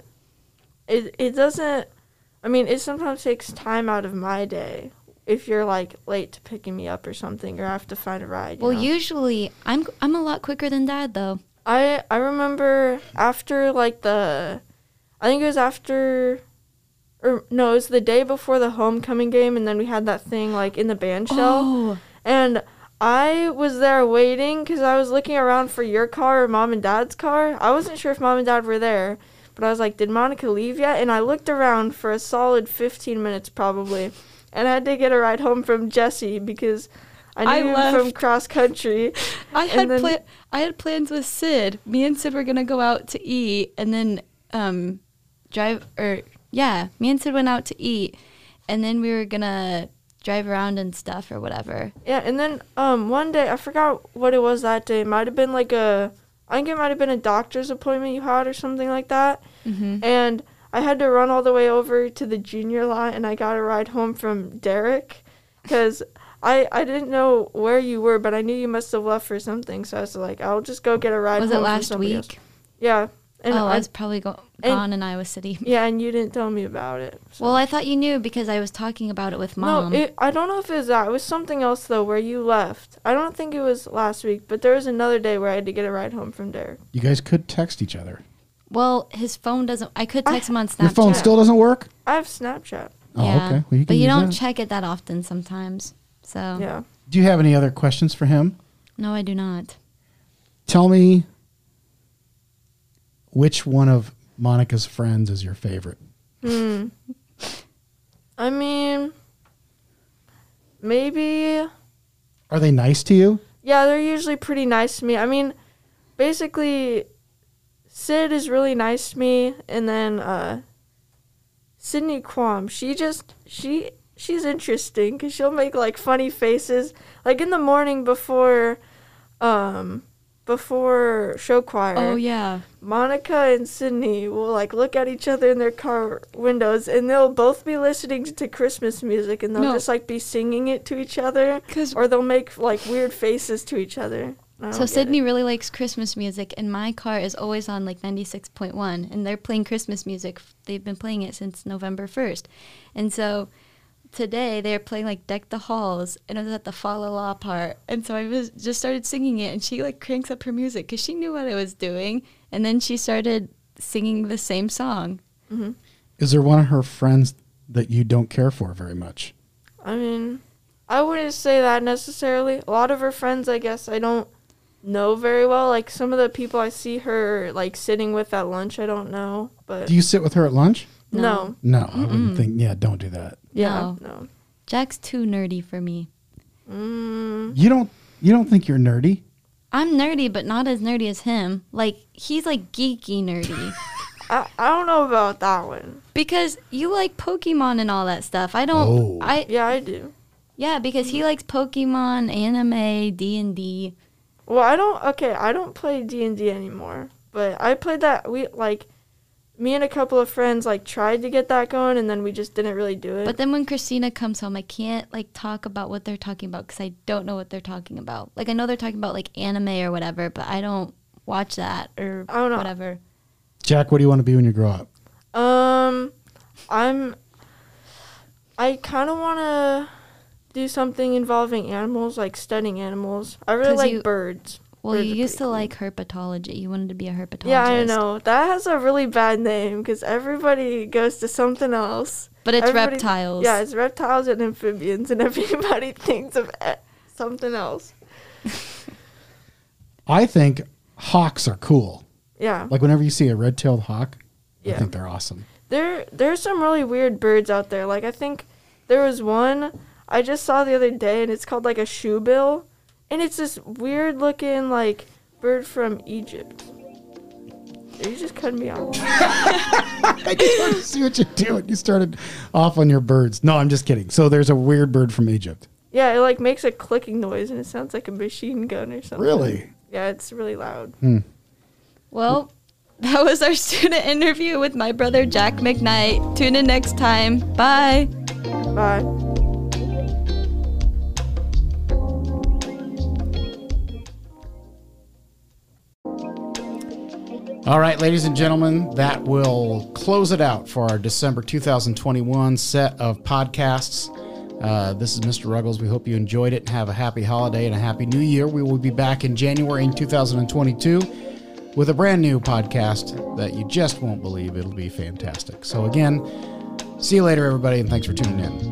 Speaker 9: it it doesn't. I mean, it sometimes takes time out of my day if you're like late to picking me up or something, or I have to find a ride.
Speaker 8: Well,
Speaker 9: know?
Speaker 8: usually I'm I'm a lot quicker than Dad though.
Speaker 9: I I remember after like the, I think it was after, or no, it was the day before the homecoming game, and then we had that thing like in the band
Speaker 5: Oh.
Speaker 9: shell,
Speaker 8: Oh,
Speaker 9: and I was there waiting because I was looking around for your car or mom and dad's car. I wasn't sure if mom and dad were there, but I was like, did Monica leave yet? And I looked around for a solid fifteen minutes probably, and I had to get a ride home from Jesse because.
Speaker 8: I
Speaker 9: I knew him from
Speaker 8: left.
Speaker 9: cross country.
Speaker 8: I
Speaker 9: And
Speaker 8: had
Speaker 9: then-
Speaker 8: pla- I had plans with Sid. Me and Sid were gonna go out to eat and then um, drive or yeah, me and Sid went out to eat and then we were gonna drive around and stuff or whatever.
Speaker 9: Yeah, and then um one day I forgot what it was that day. It might have been like a I think it might have been a doctor's appointment you had or something like that.
Speaker 8: Mhm.
Speaker 9: And I had to run all the way over to the junior lot and I got a ride home from Derek cuz I I didn't know where you were, but I knew you must have left for something. So I was like, I'll just go get a ride
Speaker 8: was
Speaker 9: home
Speaker 8: it
Speaker 9: from
Speaker 8: last
Speaker 9: somebody
Speaker 8: week?
Speaker 9: else. Yeah. And
Speaker 8: oh, I
Speaker 9: I-
Speaker 8: was probably go-
Speaker 9: and-
Speaker 8: gone in Iowa City.
Speaker 9: yeah, and you didn't tell me about it. so-
Speaker 8: Well, I thought you knew because I was talking about it with mom.
Speaker 9: No, it, I don't know if it was that. It was something else though, where you left. I don't think it was last week, but there was another day where I had to get a ride home from Derek.
Speaker 1: You guys could text each other.
Speaker 8: well, his phone doesn't. I could text him on Snapchat.
Speaker 1: Your phone still doesn't work?
Speaker 9: I have Snapchat.
Speaker 1: Oh,
Speaker 8: yeah.
Speaker 1: okay. Well, you
Speaker 8: but
Speaker 1: can
Speaker 8: you
Speaker 1: use
Speaker 8: don't
Speaker 1: that.
Speaker 8: check it that often sometimes. So
Speaker 9: Yeah.
Speaker 1: Do you have any other questions for him?
Speaker 8: no, I do not.
Speaker 1: Tell me which one of Monica's friends is your favorite?
Speaker 9: Hmm. I mean, maybe.
Speaker 1: Are they nice to you?
Speaker 9: Yeah, they're usually pretty nice to me. I mean, basically, Sid is really nice to me, and then uh, Sydney Quam. She just she she's interesting because she'll make like funny faces. Like in the morning before, um, before show choir.
Speaker 8: Oh yeah.
Speaker 9: Monica and Sydney will like look at each other in their car windows, and they'll both be listening to Christmas music, and they'll
Speaker 8: No.
Speaker 9: just like be singing it to each other,
Speaker 8: 'Cause-
Speaker 9: or they'll make like weird faces to each other. I don't
Speaker 8: So
Speaker 9: get
Speaker 8: Sydney
Speaker 9: it.
Speaker 8: really likes Christmas music, and my car is always on like ninety six point one, and they're playing Christmas music. They've been playing it since November first, and so today they're playing like "Deck the Halls," and it was at the "Fa La La" part, and so I was just started singing it, and she like cranks up her music because she knew what I was doing, and then she started singing the same song.
Speaker 9: Mm-hmm.
Speaker 1: Is there one of her friends that you don't care for very much?
Speaker 9: I mean, I wouldn't say that necessarily. A lot of her friends, I guess, I don't know very well. Like some of the people I see her like sitting with at lunch, I don't know, but
Speaker 1: Do you sit with her at lunch?
Speaker 9: no,
Speaker 8: No.
Speaker 1: No, I wouldn't think. Yeah, don't do that.
Speaker 9: yeah, no.
Speaker 8: Oh. Jack's too nerdy for me.
Speaker 9: Mm,
Speaker 1: You don't. You don't think you're nerdy?
Speaker 8: I'm nerdy, but not as nerdy as him. Like he's like geeky nerdy.
Speaker 9: I I don't know about that one.
Speaker 8: Because you like Pokemon and all that stuff. I don't.
Speaker 1: Oh.
Speaker 8: I
Speaker 9: Yeah, I do.
Speaker 8: yeah, because he likes Pokemon, anime, D and D.
Speaker 9: Well, I don't. Okay, I don't play D and D anymore. But I played that. We like me and a couple of friends like tried to get that going, and then we just didn't really do it.
Speaker 8: But then when Christina comes home, I can't like talk about what they're talking about because I don't know what they're talking about. Like I know they're talking about like anime or whatever, but I don't watch that or
Speaker 9: I don't know.
Speaker 8: whatever.
Speaker 1: Jack, what do you want to be when you grow up?
Speaker 9: um, I'm. I kind of want to do something involving animals, like studying animals. I really
Speaker 8: 'Cause
Speaker 9: like
Speaker 8: you-
Speaker 9: birds.
Speaker 8: Well,
Speaker 9: Birds
Speaker 8: you
Speaker 9: are
Speaker 8: used
Speaker 9: pretty
Speaker 8: to
Speaker 9: cool.
Speaker 8: like herpetology. You wanted to be a herpetologist.
Speaker 9: Yeah, I know that has a really bad name because everybody goes to something else.
Speaker 8: But it's
Speaker 9: Everybody-
Speaker 8: reptiles.
Speaker 9: Yeah, it's reptiles and amphibians, and everybody thinks of eh, something else.
Speaker 1: I think hawks are cool.
Speaker 9: Yeah.
Speaker 1: Like whenever you see a red-tailed hawk, I
Speaker 9: Yeah.
Speaker 1: think they're awesome.
Speaker 9: There there's some really weird birds out there. Like I think there was one I just saw the other day and it's called like a shoebill. And it's this weird looking like bird from Egypt. You just cut me off.
Speaker 1: I just want to see what you're doing. You started off on your birds. No, I'm just kidding. So there's a weird bird from Egypt.
Speaker 9: Yeah, it like makes a clicking noise and it sounds like a machine gun or something.
Speaker 1: Really?
Speaker 9: Yeah, it's really loud.
Speaker 8: Well, that was our student interview with my brother Jack McKnight. Tune in next time. Bye.
Speaker 9: Bye.
Speaker 1: All right, ladies and gentlemen, that will close it out for our December 2021 set of podcasts. Uh, this is Mr. Ruggles. We hope you enjoyed it and have a happy holiday and a happy new year. We will be back in January in 2022 with a brand new podcast that you just won't believe. It'll be fantastic. So, again, see you later, everybody, and thanks for tuning in.